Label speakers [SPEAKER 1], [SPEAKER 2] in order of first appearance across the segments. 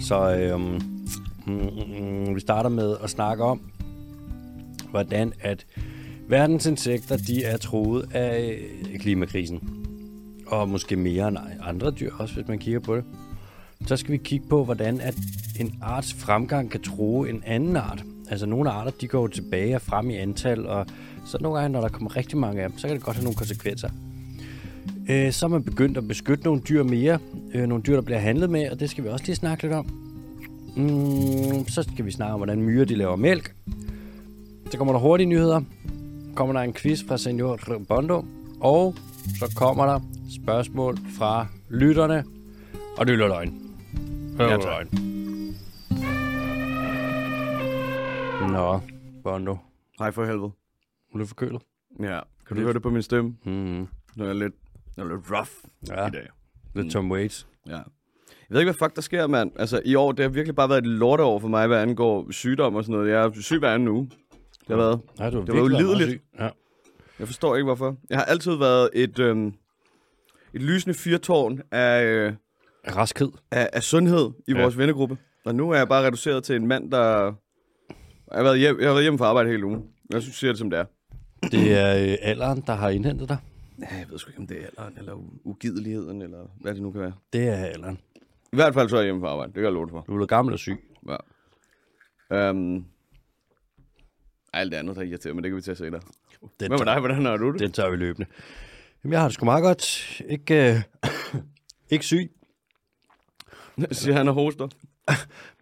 [SPEAKER 1] Så øhm, mm, mm, vi starter med at snakke om, hvordan at verdens insekter de er troet af øh, klimakrisen. Og måske mere end andre dyr også, hvis man kigger på det. Så skal vi kigge på, hvordan at en arts fremgang kan true en anden art. Altså nogle arter, de går jo tilbage og frem i antal, og så nogle gange, når der kommer rigtig mange af dem, så kan det godt have nogle konsekvenser. Øh, så er man begyndt at beskytte nogle dyr mere. Øh, nogle dyr, der bliver handlet med, og det skal vi også lige snakke lidt om. Mm, så skal vi snakke om, hvordan myrer de laver mælk. Så kommer der hurtige nyheder. Kommer der en quiz fra Senior Bondo. Og så kommer der spørgsmål fra lytterne. Og det er løgn. Det er løgn. Nå, Bondo.
[SPEAKER 2] Hej for helvede.
[SPEAKER 1] Er du forkølet?
[SPEAKER 2] Ja, Mm-hmm. kan du høre det på min stemme?
[SPEAKER 1] Mm,
[SPEAKER 2] Den er lidt, den er lidt rough
[SPEAKER 1] ja,
[SPEAKER 2] i dag.
[SPEAKER 1] det er Tom Waits.
[SPEAKER 2] Ja. Jeg ved ikke, hvad fuck der sker, mand. Altså, i år, det har virkelig bare været et lorteår for mig, hvad angår sygdom og sådan noget. Jeg er syg hver anden uge. Det har været.
[SPEAKER 1] Ja, du
[SPEAKER 2] Det var
[SPEAKER 1] virkelig meget
[SPEAKER 2] ulideligt.
[SPEAKER 1] syg. Ja.
[SPEAKER 2] Jeg forstår ikke, hvorfor. Jeg har altid været et, øhm, et lysende fyrtårn af, øh,
[SPEAKER 1] Raskhed.
[SPEAKER 2] af, af sundhed i
[SPEAKER 1] Ja.
[SPEAKER 2] vores vennegruppe. Og nu er jeg bare reduceret til en mand, der... Jeg har været hjem, jeg har været hjemme fra arbejde hele ugen. Jeg synes, jeg siger det, som det er.
[SPEAKER 1] Det er øh, alderen, der har indhentet dig.
[SPEAKER 2] Ja, jeg ved sgu ikke, om det er alderen, eller u- ugideligheden, eller hvad det nu kan være.
[SPEAKER 1] Det er alderen.
[SPEAKER 2] I hvert fald så er jeg hjemme fra arbejde. Det kan jeg love dig for.
[SPEAKER 1] Du er blevet gammel og syg.
[SPEAKER 2] Ja. Øhm, ej, alt det andet, der irriterer, men det kan vi tage senere.
[SPEAKER 1] Den
[SPEAKER 2] Hvad med dig? Hvordan har du det?
[SPEAKER 1] Den tager vi løbende. Jamen, jeg har det sgu meget godt. Ikke, øh, ikke syg,
[SPEAKER 2] det? Siger han og hoster.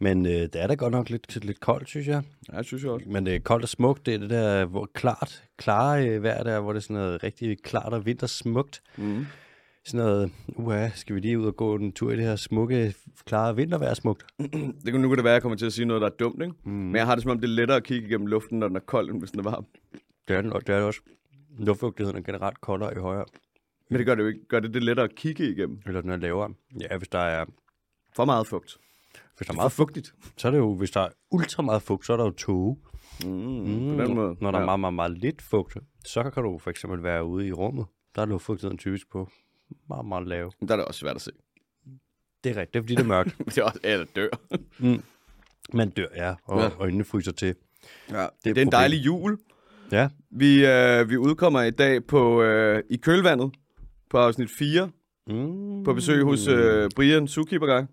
[SPEAKER 1] men øh, det er da godt nok lidt, lidt koldt, synes jeg.
[SPEAKER 2] Ja, det synes jeg også.
[SPEAKER 1] Men det er koldt og smukt. Det er det der hvor klart, klare øh, vejr der, hvor det er sådan noget rigtig klart og vintersmukt.
[SPEAKER 2] Mm.
[SPEAKER 1] Sådan noget, uha, skal vi lige ud og gå en tur i det her smukke, klare vintervejr smukt?
[SPEAKER 2] Det kan nu kan det være, at jeg kommer til at sige noget, der er dumt, ikke? Mm. Men jeg har det som om, det er lettere at kigge igennem luften, når den er kold, end hvis den er varm.
[SPEAKER 1] Det er den, og det er det også. Luftfugtigheden er generelt koldere i højere,
[SPEAKER 2] Men det gør det jo ikke. Gør det det lettere at kigge igennem?
[SPEAKER 1] eller den er lavere. Ja, hvis der er,
[SPEAKER 2] For meget fugt.
[SPEAKER 1] hvis der er
[SPEAKER 2] Det er
[SPEAKER 1] meget
[SPEAKER 2] for fugtigt.
[SPEAKER 1] så er det jo, hvis der er ultra meget fugt, så er der jo tåge.
[SPEAKER 2] Mm.
[SPEAKER 1] Mm,
[SPEAKER 2] På den måde.
[SPEAKER 1] Når der er meget, meget, meget lidt fugt, så kan du for eksempel være ude i rummet. Der er luftfugtigheden typisk på meget, meget lav.
[SPEAKER 2] Der er det også svært at se.
[SPEAKER 1] Det er rigtigt, det er fordi det er mørkt.
[SPEAKER 2] det er også, eller dør.
[SPEAKER 1] Man dør, ja, og
[SPEAKER 2] Ja.
[SPEAKER 1] ja. øjnene fryser til.
[SPEAKER 2] Ja, det,
[SPEAKER 1] er et
[SPEAKER 2] det er en
[SPEAKER 1] problem.
[SPEAKER 2] dejlig jul.
[SPEAKER 1] Ja,
[SPEAKER 2] Vi, øh, vi udkommer i dag på øh, i kølvandet på afsnit 4
[SPEAKER 1] mm.
[SPEAKER 2] på besøg hos øh, Brian Zookeeper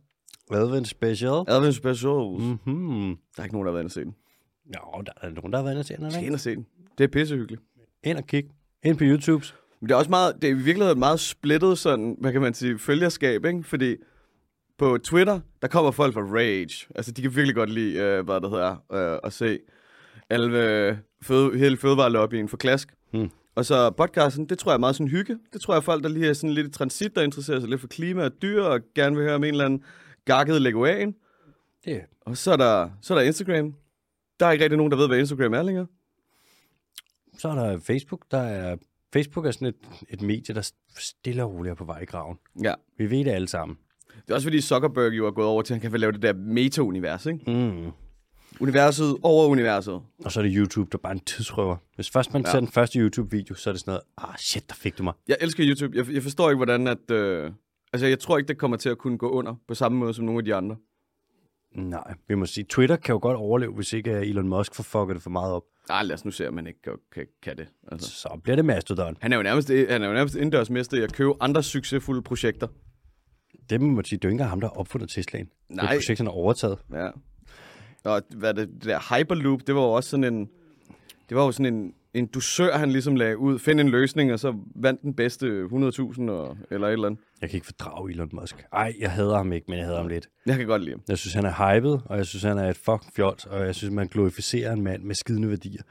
[SPEAKER 1] Advent Special.
[SPEAKER 2] Advent Special. Mm.
[SPEAKER 1] Mm-hmm.
[SPEAKER 2] Der er ikke nogen, der har været inde og se den.
[SPEAKER 1] Nå, der er nogen, der har været inde og se den,
[SPEAKER 2] Jeg
[SPEAKER 1] eller
[SPEAKER 2] skal
[SPEAKER 1] ikke?
[SPEAKER 2] ind og se den. Det er pissehyggeligt.
[SPEAKER 1] Ind og kig. Ind på YouTube.
[SPEAKER 2] Men det er også meget, det er i virkeligheden meget splittet sådan, hvad kan man sige, følgerskab, ikke? Fordi på Twitter, der kommer folk fra Rage. Altså, de kan virkelig godt lide, øh, hvad det hedder, øh, at se alle, øh, føde, hele fødevarelobbyen for klask.
[SPEAKER 1] Hmm.
[SPEAKER 2] Og så podcasten, det tror jeg er meget sådan hygge. Det tror jeg folk, der lige er sådan lidt i transit, der interesserer sig lidt for klima og dyr, og gerne vil høre om en eller anden gakket leguan.
[SPEAKER 1] Det.
[SPEAKER 2] Og så er, der, så er der Instagram. Der er ikke rigtig nogen, der ved, hvad Instagram er længere.
[SPEAKER 1] Så er der Facebook. Der er... Facebook er sådan et, et medie, der stille og roligt er på vej i graven.
[SPEAKER 2] Ja.
[SPEAKER 1] Vi ved det alle sammen.
[SPEAKER 2] Det er også fordi Zuckerberg jo er gået over til, at han kan lave det der meta-univers, ikke?
[SPEAKER 1] Mm.
[SPEAKER 2] Universet over universet.
[SPEAKER 1] Og så er det YouTube, der er bare en tidsrøver. Hvis først man ja. ser den første YouTube-video, så er det sådan noget, ah shit, der fik du mig.
[SPEAKER 2] Jeg elsker YouTube. Jeg, jeg forstår ikke, hvordan at... Øh, altså, jeg tror ikke, det kommer til at kunne gå under på samme måde som nogle af de andre.
[SPEAKER 1] Nej, vi må sige, Twitter kan jo godt overleve, hvis ikke øh, Elon Musk får fucket det for meget op.
[SPEAKER 2] Ej, lad os nu se, om han ikke kan, kan, kan det. Altså.
[SPEAKER 1] Så bliver det Mastodon.
[SPEAKER 2] Han er jo nærmest, han er jo nærmest indendørsmester i at købe andre succesfulde projekter.
[SPEAKER 1] Det må man sige, det er jo ikke engang ham, der har opfundet Teslaen. Det
[SPEAKER 2] Nej.
[SPEAKER 1] er projektet, han har overtaget.
[SPEAKER 2] Ja. Og hvad er det, det der Hyperloop, det var jo også sådan en... Det var jo sådan en, en dusør, han ligesom lagde ud. Find en løsning, og så vandt den bedste 100.000 og, eller et eller andet.
[SPEAKER 1] Jeg kan ikke fordrage Elon Musk. Ej, jeg hader ham ikke, men jeg hader ham lidt.
[SPEAKER 2] Jeg kan godt lide ham.
[SPEAKER 1] Jeg synes, han er hyped, og jeg synes, han er et fucking fjols, og jeg synes, man glorificerer en mand med skidende værdier.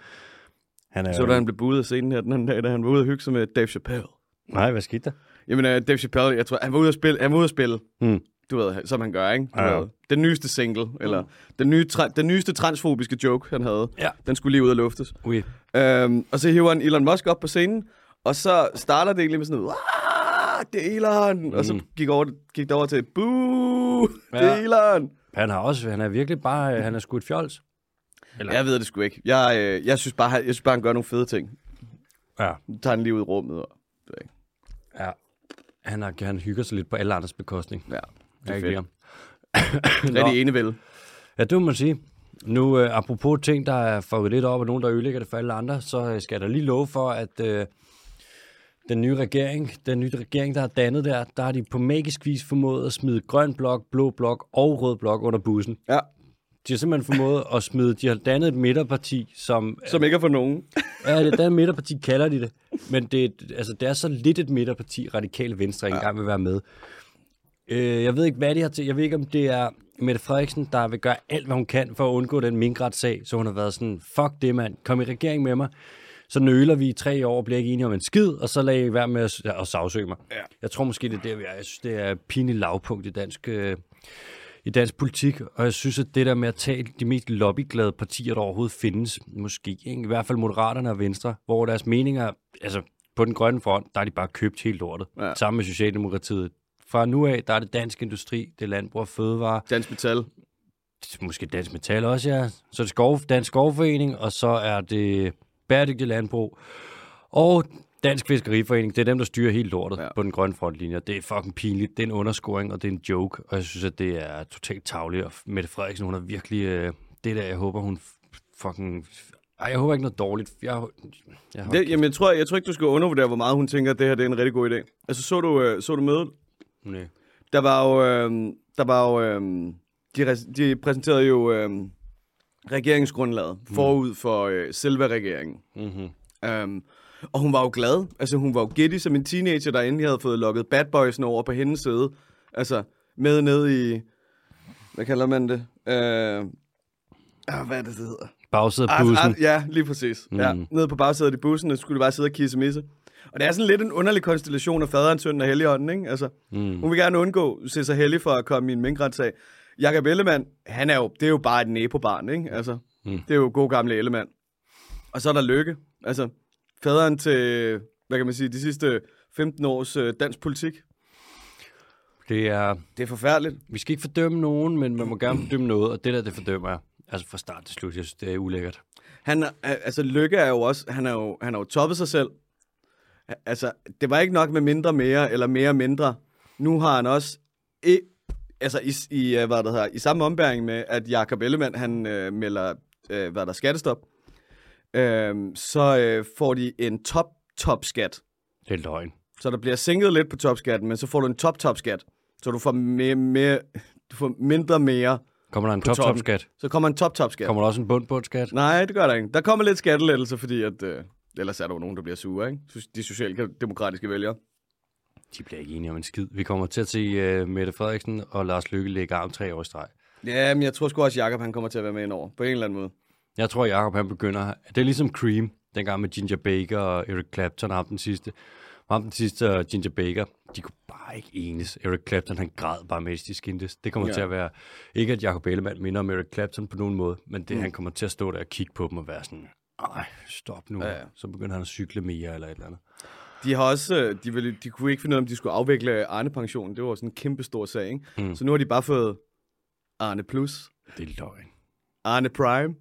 [SPEAKER 1] Han er
[SPEAKER 2] Så da han blev budet af scenen her den anden dag, da han var ude og hygge sig med Dave Chappelle.
[SPEAKER 1] Nej, hvad skete der?
[SPEAKER 2] Jamen, uh, Dave Chappelle, jeg tror, han var ude at spille, han var ude at spille
[SPEAKER 1] Mm.
[SPEAKER 2] du ved, som han gør, ikke? Du
[SPEAKER 1] Ja. Hmm.
[SPEAKER 2] ved, den nyeste single, eller den, nye tra- den nyeste transfobiske joke, han havde,
[SPEAKER 1] Ja.
[SPEAKER 2] den skulle lige ud og luftes.
[SPEAKER 1] Ui.
[SPEAKER 2] Øhm, og så hiver han Elon Musk op på scenen, og så starter det egentlig med sådan noget, "Wah, det er Elon! Mm. Og så gik, over, gik det over til, boo, ja. det er
[SPEAKER 1] Ja.
[SPEAKER 2] Elon!
[SPEAKER 1] Han har også, han er virkelig bare, øh, han er sgu et fjols. Eller-
[SPEAKER 2] Jeg ved det sgu ikke. Jeg, øh, jeg, synes bare, han, jeg synes bare, han gør nogle fede ting.
[SPEAKER 1] Ja.
[SPEAKER 2] Nu tager han lige ud i rummet. Og, det ved jeg ikke.
[SPEAKER 1] ja. Han, har, han hygger sig lidt på alle andres bekostning.
[SPEAKER 2] ja,
[SPEAKER 1] Jeg
[SPEAKER 2] det er
[SPEAKER 1] kan ikke
[SPEAKER 2] fedt.
[SPEAKER 1] lide
[SPEAKER 2] Rigtig enevel.
[SPEAKER 1] Ja, det må man sige. Nu, øh, apropos ting, der er fucket lidt op, og nogen, der ødelægger det for alle andre, så øh, skal jeg da lige love for, at øh, den nye regering, den nye regering, der er dannet der, der har de på magisk vis formået at smide grøn blok, blå blok og rød blok under bussen.
[SPEAKER 2] Ja,
[SPEAKER 1] De har simpelthen formået at smide, de har dannet et midterparti, som,
[SPEAKER 2] som ikke er for nogen.
[SPEAKER 1] ja, det er et midterparti, kalder de det, men det, er et- altså, det er så lidt et midterparti, radikale venstre ikke engang vil være med. Øh, jeg ved ikke, hvad de har til. Jeg ved ikke, om det er Mette Frederiksen, der vil gøre alt, hvad hun kan for at undgå den minkretssag. Så hun har været sådan, fuck det mand, kom i regering med mig. Så nøler vi i tre år og bliver ikke enige om en skid, og så lader I være med at, at sagsøge mig. Ja. Jeg tror måske, det er der, vi er. Jeg synes, det er et pinligt lavpunkt i dansk, øh, i dansk politik, og jeg synes, at det der med at tage de mest lobbyglade partier, der overhovedet findes, måske, ikke? i hvert fald Moderaterne og Venstre, hvor deres meninger, altså på den grønne front, der er de bare købt helt lortet, ja. sammen med Socialdemokratiet. Fra nu af, der er det dansk industri, det er landbrug og fødevare,
[SPEAKER 2] Dansk Metal.
[SPEAKER 1] måske Dansk Metal også, ja. Så er det skov, Dansk Skovforening, og så er det Bæredygtig Landbrug. Og Dansk Fiskeriforening, det er dem, der styrer helt lortet ja. på den grønne frontlinje. Det er fucking pinligt, det er en underscoring, og det er en joke, og jeg synes, at det er totalt tavligt. Og Mette Frederiksen, hun har virkelig... Øh, det der, jeg håber, hun f- fucking... Ej, jeg håber ikke noget dårligt. Jeg, jeg,
[SPEAKER 2] Det, jamen, jeg tror, jeg tror ikke, du skal undervurdere, hvor meget hun tænker, at det her det er en rigtig god idé. Altså, så du, øh, så du mødet?
[SPEAKER 1] nej.
[SPEAKER 2] Der var jo... Øh, der var jo øh, de, res- de præsenterede jo øh, regeringsgrundlaget forud for øh, selve regeringen. Mm-hmm. Øh, og hun var jo glad. Altså, hun var jo giddy som en teenager, der endelig havde fået lukket bad boysen over på hendes side. Altså, med ned i... Hvad kalder man det? Øh, ah, hvad er det, det hedder?
[SPEAKER 1] Bagsædet af
[SPEAKER 2] Art-
[SPEAKER 1] bussen.
[SPEAKER 2] art- ja, lige præcis. Mm. Ja. Nede på bagsædet i bussen, og så skulle du bare sidde og kisse misse. Og det er sådan lidt en underlig konstellation af faderen, sønnen og helligånden, ikke? Altså, mm. hun vil gerne undgå se sig hellig for at komme i en minkretsag. Jakob Ellemann, han er jo, det er jo bare et næpobarn, ikke? Altså, mm. det er jo god gamle Ellemann. Og så er der Lykke. Altså, faderen til, hvad kan man sige, de sidste 15 års øh, dansk politik.
[SPEAKER 1] Det er...
[SPEAKER 2] Det er forfærdeligt.
[SPEAKER 1] Vi skal ikke fordømme nogen, men man må gerne fordømme noget, og det der, det fordømmer jeg. Altså fra start til slut, jeg synes, det er ulækkert.
[SPEAKER 2] Han, er- altså, Lykke er jo også, han er jo, han har jo toppet sig selv. Altså, det var ikke nok med mindre mere, eller mere mindre. Nu har han også, i, altså i, i, øh, hvad det hedder, i samme ombæring med, at Jakob Ellemann, han øh, melder, øh, hvad der er, skattestop, øh, så øh, får de en top, top skat.
[SPEAKER 1] Det er løgn.
[SPEAKER 2] Så der bliver sænket lidt på topskatten, men så får du en top, top skat. Så du får, mere, mere, du får mindre mere.
[SPEAKER 1] Kommer der en top-top-skat?
[SPEAKER 2] Så kommer en top, top skat.
[SPEAKER 1] Kommer der også en bund på et skat?
[SPEAKER 2] Nej, det gør der ikke. Der kommer lidt skattelettelse, fordi at, øh, ellers er der jo nogen, der bliver sure, ikke? So- De socialdemokratiske vælgere.
[SPEAKER 1] De bliver ikke enige om en skid. Vi kommer til at se uh, Mette Frederiksen og Lars Lykke lægge arm tre år i streg.
[SPEAKER 2] Ja, men jeg tror sgu også, Jacob han kommer til at være med indover, på en eller anden måde.
[SPEAKER 1] Jeg tror, Jacob han begynder... Det er ligesom Cream, dengang med Ginger Baker og Eric Clapton, ham den sidste. Ham den sidste og Ginger Baker, de kunne bare ikke enes. Eric Clapton, han græd bare, mens de skændtes. Det kommer ja. til at være... Ikke at Jacob Ellemann minder om Eric Clapton på nogen måde, men det, mm. han kommer til at stå der og kigge på dem og være sådan... Ej, stop nu. Ja, ja. Så begynder han at cykle mere eller et eller andet.
[SPEAKER 2] De har også, øh, de, ville, de kunne ikke finde ud af, om de skulle afvikle Arne-pensionen. Det var jo sådan en kæmpe stor sag, ikke? Mm. Så nu har de bare fået Arne Plus,
[SPEAKER 1] Det er løgn.
[SPEAKER 2] Arne Prime,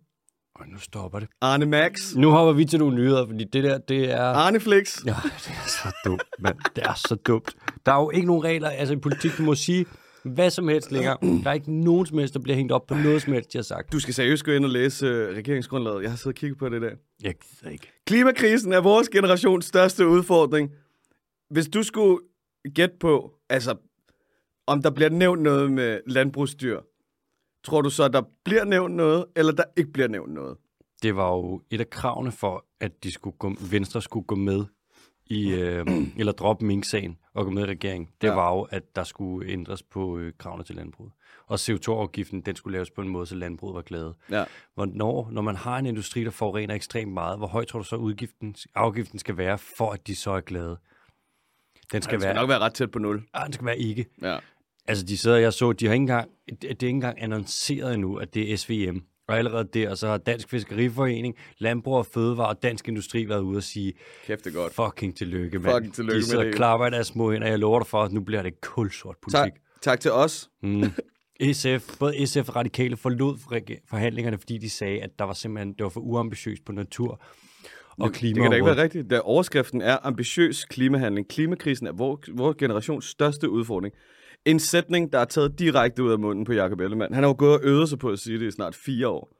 [SPEAKER 1] Og nu stopper det.
[SPEAKER 2] Arne Max,
[SPEAKER 1] Nu hopper vi til nogle nyheder, fordi det der, det er...
[SPEAKER 2] Arne Flix.
[SPEAKER 1] Ja, det er så dumt, mand. Det er så dumt. Der er jo ikke nogen regler. Altså i politik, du må sige hvad som helst længere. Der er ikke nogen som helst, der bliver hængt op på noget som helst, de har sagt.
[SPEAKER 2] Du skal seriøst gå ind og læse øh, regeringsgrundlaget. Jeg har siddet og kigget på det i dag.
[SPEAKER 1] Jeg gider ikke.
[SPEAKER 2] Klimakrisen er vores generations største udfordring. Hvis du skulle gætte på, altså, om der bliver nævnt noget med landbrugsdyr, tror du så, der bliver nævnt noget, eller der ikke bliver nævnt noget?
[SPEAKER 1] Det var jo et af kravene for, at de skulle gå, Venstre skulle gå med i, øh, eller droppe Mink-sagen og gå med i regeringen. Det ja. var jo, at der skulle ændres på øh, kravene til landbruget. Og CO2-afgiften, den skulle laves på en måde, så landbruget var glade.
[SPEAKER 2] Ja.
[SPEAKER 1] Hvornår, når man har en industri, der forurener ekstremt meget, hvor høj tror du så udgiften, afgiften skal være, for at de så er glade? Den skal,
[SPEAKER 2] Det
[SPEAKER 1] være,
[SPEAKER 2] skal nok være ret tæt på nul.
[SPEAKER 1] Ah, den skal være ikke.
[SPEAKER 2] Ja.
[SPEAKER 1] Altså, de sidder, jeg så, de har ikke engang, det det er ikke engang annonceret endnu, at det er SVM. Og allerede der, så har Dansk Fiskeriforening, Landbrug og Fødevare og Dansk Industri været ude og sige,
[SPEAKER 2] Kæft, det er godt.
[SPEAKER 1] fucking tillykke, mand.
[SPEAKER 2] Fucking tillykke
[SPEAKER 1] de
[SPEAKER 2] med
[SPEAKER 1] sidder
[SPEAKER 2] det.
[SPEAKER 1] og klapper i deres små hænder, og jeg lover dig for, at nu bliver det kulsort
[SPEAKER 2] Tak,
[SPEAKER 1] politik.
[SPEAKER 2] tak til os.
[SPEAKER 1] SF, E både SF og Radikale forlod reg- forhandlingerne, fordi de sagde, at der var simpelthen, det var for uambitiøst på natur og klima.
[SPEAKER 2] Det kan da ikke være rigtigt. Da overskriften er ambitiøs klimahandling. Klimakrisen er vores, vores generations største udfordring. en sætning, der er taget direkte ud af munden på Jacob Ellemann. Han har jo gået og øvet sig på at sige det i snart fire år.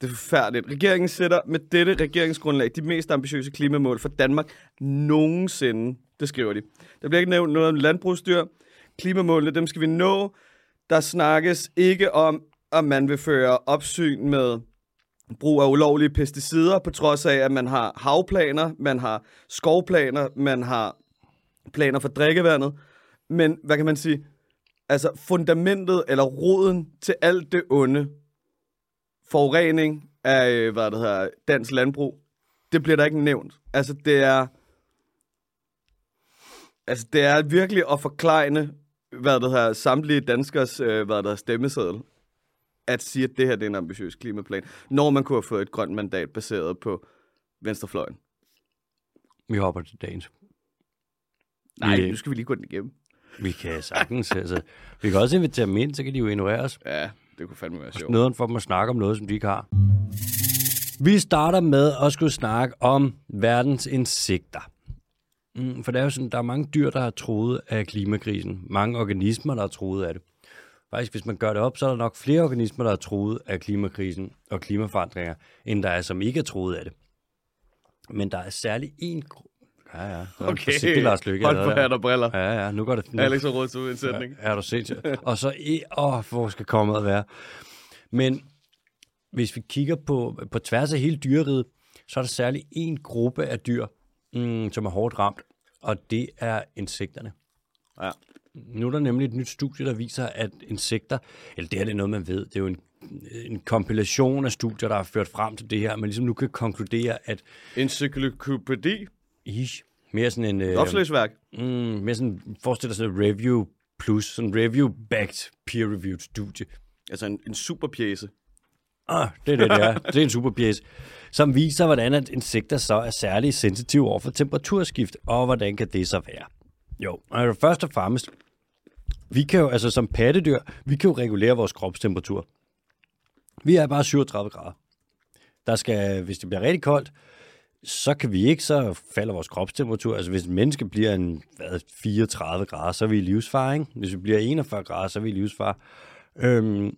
[SPEAKER 2] Det er forfærdeligt. Regeringen sætter med dette regeringsgrundlag de mest ambitiøse klimamål for Danmark nogensinde. Det skriver de. Der bliver ikke nævnt noget om landbrugsdyr. Klimamålene, dem skal vi nå. Der snakkes ikke om, om man vil føre opsyn med brug af ulovlige pesticider, på trods af, at man har havplaner, man har skovplaner, man har planer for drikkevandet. Men hvad kan man sige? Altså fundamentet eller roden til alt det onde, forurening af, øh, hvad det hedder, dansk landbrug, det bliver der ikke nævnt. Altså, det er... Altså, det er virkelig at forklejne, hvad det hedder, samtlige danskers, øh, hvad det hedder, stemmeseddel, at sige, at det her det er en ambitiøs klimaplan, når man kunne have fået et grønt mandat baseret på venstrefløjen.
[SPEAKER 1] Vi hopper til dagens.
[SPEAKER 2] Nej,
[SPEAKER 1] Vi-
[SPEAKER 2] nu skal vi lige gå den igennem.
[SPEAKER 1] Vi kan sagtens, altså. Vi kan også invitere dem ind, så kan de jo ignorere os.
[SPEAKER 2] Ja, det kunne fandme være sjovt.
[SPEAKER 1] Nederen for dem at snakke om noget, som de ikke har. Vi starter med at skulle snakke om verdens insekter. Mm, For der er jo sådan, der er mange dyr, der har troet af klimakrisen. Mange organismer, der har troet af det. Faktisk, hvis man gør det op, så er der nok flere organismer, der har troet af klimakrisen og klimaforandringer, end der er, som ikke er troet af det. Men der er særlig én... gru- Ja, ja. Det var forsigtigt, Lars Løkke.
[SPEAKER 2] hold
[SPEAKER 1] allerede
[SPEAKER 2] på
[SPEAKER 1] der.
[SPEAKER 2] hat og briller.
[SPEAKER 1] Ja, ja, nu går det... Nu,
[SPEAKER 2] Alex har råd til en sætning.
[SPEAKER 1] er du sindssyg? Og så, i- åh, hvor skal komme at være? Men hvis vi kigger på, på tværs af hele dyreriget, så er der særlig en gruppe af dyr, mm, som er hårdt ramt, og det er insekterne.
[SPEAKER 2] Ja.
[SPEAKER 1] Nu er der nemlig et nyt studie, der viser, at insekter, eller det her det er noget, man ved, det er jo en, en kompilation af studier, der har ført frem til det her, men ligesom nu kan konkludere, at
[SPEAKER 2] Encyklopædi.
[SPEAKER 1] ish, mere sådan en... øh,
[SPEAKER 2] Opslagsværk.
[SPEAKER 1] Mm, mere sådan, forestil dig sådan et review plus, sådan review-backed peer-reviewed studie.
[SPEAKER 2] Altså en, en super pjæse.
[SPEAKER 1] Ah, det er det, det er. Det er en superpjæs, som viser, hvordan at insekter så er særligt sensitive over for temperaturskift, og hvordan kan det så være? Jo, altså først og fremmest, vi kan jo, altså som pattedyr, vi kan jo regulere vores kropstemperatur. Vi er bare 37 grader. Der skal, hvis det bliver rigtig koldt, så kan vi ikke, så falder vores kropstemperatur. Altså hvis et menneske bliver en, hvad, 34 grader, så er vi i livsfare, ikke? Hvis vi bliver 41 grader, så er vi i livsfare. Øhm,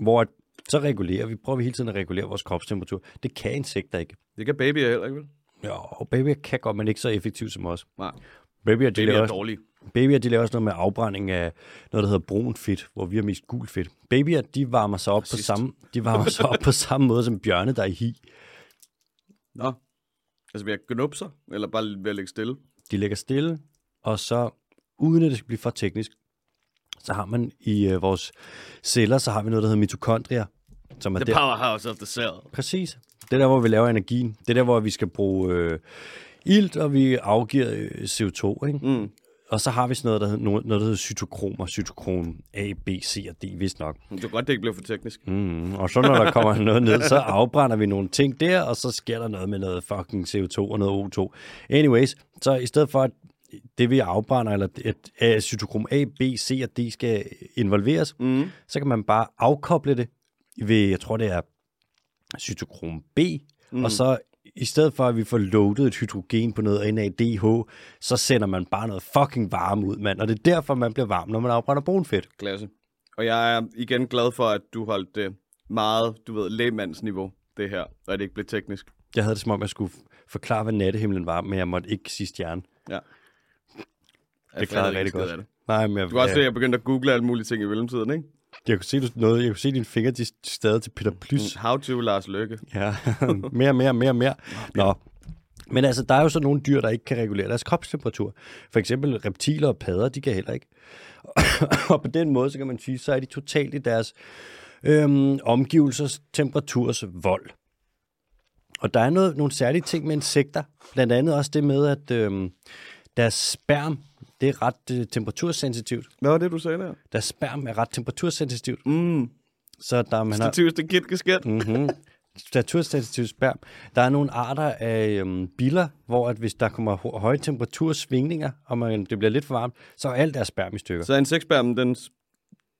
[SPEAKER 1] hvor at- så regulerer vi, prøver vi hele tiden at regulere vores kropstemperatur. Det kan insekter ikke.
[SPEAKER 2] Det kan babyer heller ikke, vel?
[SPEAKER 1] Jo, og babyer kan godt, men ikke så effektivt som os.
[SPEAKER 2] Nej.
[SPEAKER 1] Babyer, de
[SPEAKER 2] Babyer
[SPEAKER 1] laver
[SPEAKER 2] er
[SPEAKER 1] også,
[SPEAKER 2] dårlige.
[SPEAKER 1] babyer, de laver også noget med afbrænding af noget, der hedder brun fedt, hvor vi har mest gul fedt. Babyer, de varmer sig op, på samme, de varmer sig op på samme måde som bjørne, der er i hi.
[SPEAKER 2] Nå. Altså ved at gnubbe sig, eller bare ved at ligge stille.
[SPEAKER 1] De ligger stille, og så uden at det skal blive for teknisk, så har man i øh, vores celler, så har vi noget, der hedder mitokondrier, som er der,
[SPEAKER 2] powerhouse of the cell.
[SPEAKER 1] Præcis. Det er der, hvor vi laver energien. Det er der, hvor vi skal bruge øh, ilt, og vi afgiver øh, CO2. Ikke? Mm. Og så har vi sådan noget, der hedder, noget, noget, der hedder cytokromer. Cytokrom A, B, C og D, vist nok.
[SPEAKER 2] Det var godt, det ikke blev for teknisk. Mm.
[SPEAKER 1] Mm. Og så når der kommer noget ned, så afbrænder vi nogle ting der, og så sker der noget med noget fucking CO2 og noget O2. Anyways, så i stedet for, at det vi afbrænder, eller at, at cytokrom A, B, C og D skal involveres, mm. så kan man bare afkoble det ved, jeg tror det er cytokrom B, mm. og så i stedet for, at vi får loadet et hydrogen på noget NADH, så sender man bare noget fucking varme ud, mand. Og det er derfor, man bliver varm, når man afbrænder brunfedt.
[SPEAKER 2] Klasse. Og jeg er igen glad for, at du holdt det meget, du ved, lægmandsniveau, det her, og at det ikke blev teknisk.
[SPEAKER 1] Jeg havde det som om, jeg skulle forklare, hvad nattehimlen var, men jeg måtte ikke sige stjerne.
[SPEAKER 2] Ja. Altså,
[SPEAKER 1] Det klarede jeg rigtig godt.
[SPEAKER 2] Det.
[SPEAKER 1] Nej, men jeg,
[SPEAKER 2] Du kan også se, at
[SPEAKER 1] jeg,
[SPEAKER 2] jeg begyndte at google alle mulige ting i mellemtiden, ikke?
[SPEAKER 1] jeg, kunne se du- noget, jeg kunne se dine fingre, de stadig til Peter Plys.
[SPEAKER 2] How to Lars Løkke.
[SPEAKER 1] Ja, mere, mere, mere, mere. Nå. Men altså, der er jo så nogle dyr, der ikke kan regulere deres kropstemperatur. For eksempel reptiler og padder, de kan heller ikke. og på den måde, så kan man sige, så er de totalt i deres øhm, omgivelsers temperaturs vold. Og der er noget, nogle særlige ting med insekter. Blandt andet også det med, at øhm, deres sperm, det er ret øh, temperatursensitivt.
[SPEAKER 2] Hvad var det, du sagde der?
[SPEAKER 1] Deres sperm er ret temperatursensitivt. Mm. Så der, man har,
[SPEAKER 2] Stativste kit kasket. Mm.
[SPEAKER 1] Mm-hmm. Naturstatistiv sperm. Der er nogle arter af øhm, biller, hvor at hvis der kommer ho- høje temperatursvingninger, og man, det bliver lidt for varmt, så er alt deres sperm i stykker.
[SPEAKER 2] Så insektspærmen, den s-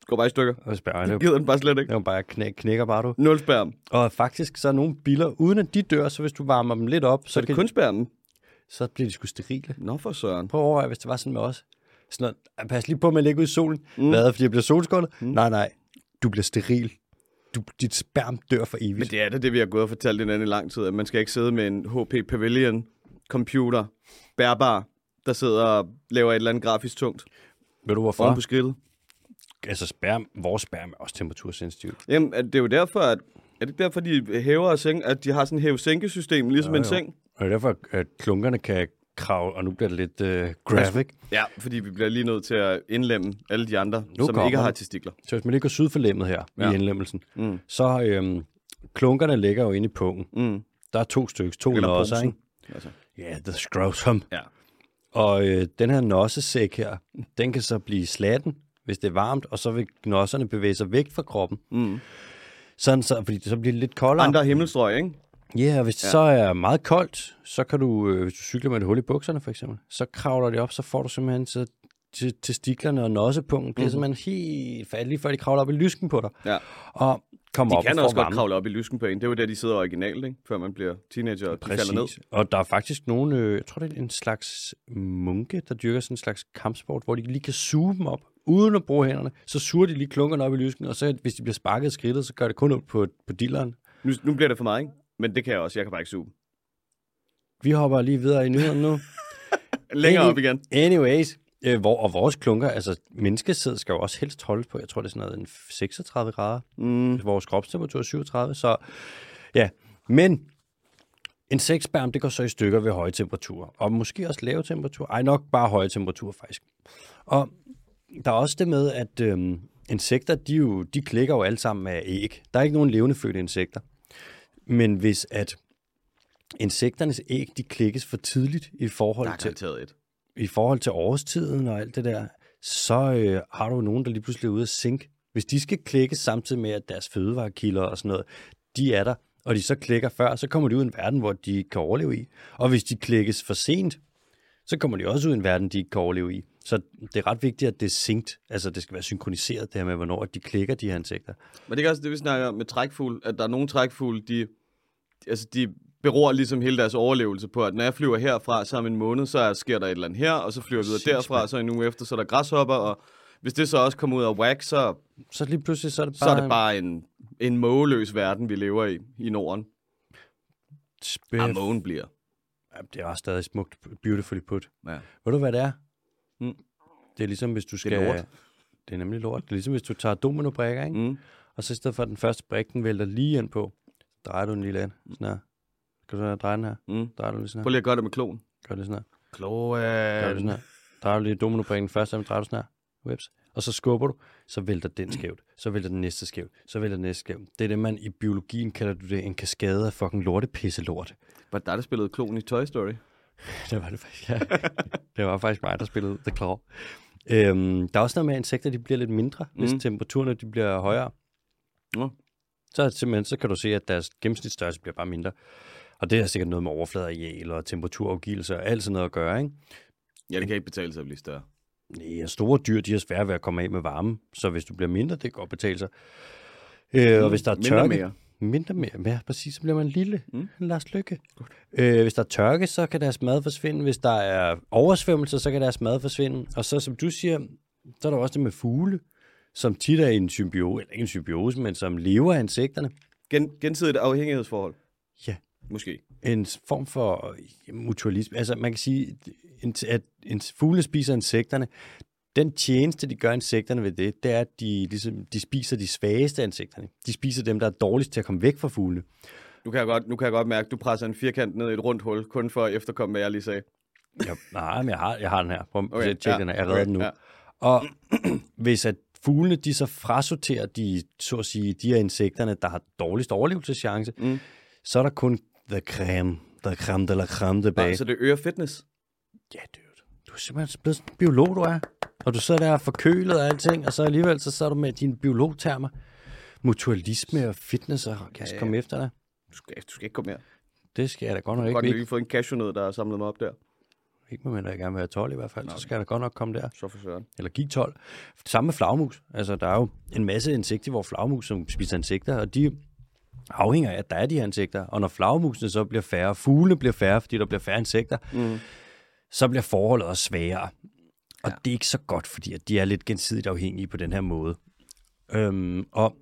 [SPEAKER 2] går bare i stykker.
[SPEAKER 1] Og sperm, det,
[SPEAKER 2] Gider den bare slet ikke.
[SPEAKER 1] det er jo bare knæk, knækker bare du.
[SPEAKER 2] Nul spærm.
[SPEAKER 1] Og faktisk så er nogle biller, uden at de dør, så hvis du varmer dem lidt op,
[SPEAKER 2] Så
[SPEAKER 1] så,
[SPEAKER 2] er det
[SPEAKER 1] kan,
[SPEAKER 2] kun spærmen.
[SPEAKER 1] så bliver de sgu sterile.
[SPEAKER 2] Nå for søren.
[SPEAKER 1] Prøv at overveje, hvis det var sådan med os. Sådan noget, "Ej, pas lige på, med at ligger ud i solen. Mm. Hvad, fordi jeg bliver solskålet? Mm. Nej, nej, du bliver steril. Du, dit sperm dør for evigt.
[SPEAKER 2] Men det er da det, vi har gået og fortalt hinanden i lang tid, at man skal ikke sidde med en HP Pavilion computer, bærbar, der sidder og laver et eller andet grafisk tungt
[SPEAKER 1] Ved du hvorfor?
[SPEAKER 2] oven på skridtet.
[SPEAKER 1] Altså, sperm, vores sperm er også temperatursensitiv.
[SPEAKER 2] Jamen, er det er jo derfor, at er det ikke derfor, de hæver og sænker, at de har sådan et hæve-sænke-system, ligesom en seng?
[SPEAKER 1] Og det er derfor, at klunkerne kan kravle, og nu bliver det lidt øh, graphic.
[SPEAKER 2] Ja, fordi vi bliver lige nødt til at indlemme alle de andre,
[SPEAKER 1] Nu
[SPEAKER 2] som
[SPEAKER 1] kommer
[SPEAKER 2] ikke har
[SPEAKER 1] det.
[SPEAKER 2] testikler.
[SPEAKER 1] Så hvis man ikke går syd for lemmet her ja.
[SPEAKER 2] Ja.
[SPEAKER 1] i indlemmelsen, mm. så øhm, klunkerne ligger jo inde i pungen. Mm. Der er to stykker, to
[SPEAKER 2] Eller
[SPEAKER 1] nosser,
[SPEAKER 2] posen.
[SPEAKER 1] ikke?
[SPEAKER 2] Altså.
[SPEAKER 1] Ja, yeah, the scrotum.
[SPEAKER 2] Ja.
[SPEAKER 1] Og øh, den her nossesæk her, den kan så blive slatten, hvis det er varmt, og så vil nosserne bevæge sig væk fra kroppen. Mm. Sådan så, fordi det så bliver det lidt koldere.
[SPEAKER 2] Andre himmelstrøg, ikke?
[SPEAKER 1] Ja, og hvis det så er meget koldt, så kan du, øh, hvis du cykler med et hul i bukserne for eksempel, så kravler det op, så får du simpelthen så til testiklerne og nossepunkten bliver mm-hmm. simpelthen helt fat, lige før de kravler op i lysken på dig.
[SPEAKER 2] Mhm. Ja.
[SPEAKER 1] Og kommer op
[SPEAKER 2] De kan
[SPEAKER 1] og får
[SPEAKER 2] også godt
[SPEAKER 1] varme.
[SPEAKER 2] kravle op i lysken på en. Det er jo der, de sidder originalt, ikke? Før man bliver teenager og de falder ned.
[SPEAKER 1] Præcis. Og der er faktisk nogen, øh, jeg tror det er en slags munke, der dyrker sådan en slags kampsport, hvor de lige kan suge dem op, uden at bruge hænderne. Så suger de lige klunkerne op i lysken, og så hvis de bliver sparket i skridtet, så gør det kun op på, på dilleren.
[SPEAKER 2] Nu, nu bliver det for meget, ikke? Men det kan jeg også. Jeg kan bare ikke suge.
[SPEAKER 1] Vi hopper lige videre i nyheden nu.
[SPEAKER 2] Længere
[SPEAKER 1] Any-
[SPEAKER 2] op igen.
[SPEAKER 1] Anyways, øh, hvor, og vores klunker, altså menneskesæd skal jo også helst holdes på, jeg tror det er sådan noget en 36 grader. Mm. Vores kropstemperatur er 37, så ja. Men en sexsperm, det går så i stykker ved høje temperaturer, og måske også lave temperaturer. Ej, nok bare høje temperaturer faktisk. Og der er også det med, at øhm, insekter, de, jo, de klikker jo alle sammen af æg. Der er ikke nogen levende fødte insekter. Men hvis at insekternes æg, de klikkes for tidligt i forhold
[SPEAKER 2] Der er
[SPEAKER 1] til
[SPEAKER 2] garanteret et.
[SPEAKER 1] i forhold til årstiden og alt det der, så øh, har du nogen, der lige pludselig er ude at sink. Hvis de skal klikke samtidig med, at deres fødevarekilder og sådan noget, de er der, og de så klikker før, så kommer de ud i en verden, hvor de ikke kan overleve i. Og hvis de klikkes for sent, så kommer de også ud i en verden, de ikke kan overleve i. Så det er ret vigtigt, at det er synkt. Altså, det skal være synkroniseret, det her med, hvornår de klikker, de her insekter.
[SPEAKER 2] Men det er ikke også det, vi snakker om med trækfugl, at der er nogle trækfugle, de, altså de beror ligesom hele deres overlevelse på, at når jeg flyver herfra, så om en måned, så sker der et eller andet her, og så flyver jeg videre derfra, så en uge efter, så er der græshopper, og hvis det så også kommer ud af whack, så,
[SPEAKER 1] Så lige pludselig, så er det
[SPEAKER 2] så
[SPEAKER 1] bare,
[SPEAKER 2] er det bare en, en mågeløs verden, vi lever i i Norden.
[SPEAKER 1] Spæf.
[SPEAKER 2] Ja, mågen bliver.
[SPEAKER 1] Det er også stadig smukt, beautifully put.
[SPEAKER 2] Ja.
[SPEAKER 1] Ved du, hvad det er?
[SPEAKER 2] Mm.
[SPEAKER 1] Det er ligesom, hvis du skal...
[SPEAKER 2] lort.
[SPEAKER 1] Det er nemlig lort. Det er ligesom, hvis du tager dominobrikker, ikke? Mm. Og så i stedet for, at den første brik, den vælter lige ind på, så drejer du den lige ind. Sådan her. Kan du så dreje den her?
[SPEAKER 2] Mm.
[SPEAKER 1] Drejer du lige sådan her?
[SPEAKER 2] Prøv lige Øhm. at gøre det med kloen.
[SPEAKER 1] Gør det sådan her. Gør det
[SPEAKER 2] Kloen.
[SPEAKER 1] sådan her. Drejer du lige dominobrikken først, så drejer du sådan her. Whips. Og så skubber du, så vælter
[SPEAKER 2] Mm.
[SPEAKER 1] den skævt, så vælter den næste skævt, så vælter den næste skævt. Det er det, man i biologien kalder du det en kaskade af fucking lortepisse-lort.
[SPEAKER 2] Var det dig, der spillede kloen i Toy Story?
[SPEAKER 1] Det var det faktisk, ja. det var faktisk mig, der spillede The Claw. Øhm, der er også noget med, at insekter de bliver lidt mindre, mm. hvis temperaturerne de bliver højere.
[SPEAKER 2] Nå.
[SPEAKER 1] Så, er det simpelthen, så kan du se, at deres gennemsnitsstørrelse bliver bare mindre. Og det har sikkert noget med overfladeareal og temperaturafgivelse og alt sådan noget at gøre, ikke?
[SPEAKER 2] Ja, det kan ikke betale sig at blive større.
[SPEAKER 1] Ja, store dyr, de har svært ved at komme af med varme, så hvis du bliver mindre, det kan godt betale sig. Øh, og hvis der er
[SPEAKER 2] mindre
[SPEAKER 1] tørke...
[SPEAKER 2] mere.
[SPEAKER 1] Mindre mere. Ja, præcis, så bliver man lille. Mm. Lars Lykke. Øh, hvis der er tørke, så kan deres mad forsvinde. Hvis der er oversvømmelse, så kan deres mad forsvinde. Og så, som du siger, så er der også det med fugle, som tit er i en symbiose, eller ikke en symbiose, men som lever af insekterne.
[SPEAKER 2] Gen, gensidigt afhængighedsforhold.
[SPEAKER 1] Ja,
[SPEAKER 2] Måske.
[SPEAKER 1] en form for mutualisme. Altså man kan sige, en- at en fugle spiser insekterne. Den tjeneste, de gør insekterne ved det, det er, at de, ligesom, de spiser de svageste af insekterne. De spiser dem, der er dårligst til at komme væk fra fuglene.
[SPEAKER 2] Nu kan, jeg godt, nu kan jeg godt mærke, at du presser en firkant ned i et rundt hul, kun for at efterkomme, hvad jeg lige sagde.
[SPEAKER 1] Jeg, nej, men jeg har, jeg har den her. Prøv okay,
[SPEAKER 2] Okay,
[SPEAKER 1] at tjekke
[SPEAKER 2] ja,
[SPEAKER 1] den her. Jeg redder
[SPEAKER 2] okay,
[SPEAKER 1] den nu.
[SPEAKER 2] ja.
[SPEAKER 1] Og hvis at fuglene, de så frasorterer de, så at sige, de her insekterne, der har dårligst overlevelseschance, mm. så er der kun the creme, the creme de la creme tilbage.
[SPEAKER 2] Bare, så det øger fitness.
[SPEAKER 1] Ja, dude. Du er simpelthen blevet sådan en biolog, du er. Og du sidder der forkølet og alting, og så alligevel så sidder du med dine biologtermer. Mutualisme og fitness, og kan jeg ja, komme efter dig?
[SPEAKER 2] Du skal, du skal ikke komme mere.
[SPEAKER 1] Det skal jeg da godt nok
[SPEAKER 2] Godt,
[SPEAKER 1] ikke.
[SPEAKER 2] at jeg
[SPEAKER 1] Ikke,
[SPEAKER 2] lige fået en cashewnød, der har samlet mig op der.
[SPEAKER 1] ikke medmindre jeg gerne vil være 12 i hvert fald. Så skal jeg da godt nok komme der.
[SPEAKER 2] Så for søren.
[SPEAKER 1] Eller give 12. Samme med flagmus. Altså, der er jo en masse insekter, hvor flagmus, som spiser insekter, og de afhænger af, at der er de her insekter. Og når flagmusene så bliver færre, fuglene bliver færre, fordi der bliver færre insekter, mm. så bliver forholdet også sværere. Og ja. det er ikke så godt, fordi at de er lidt gensidigt afhængige på den her måde. Øhm, og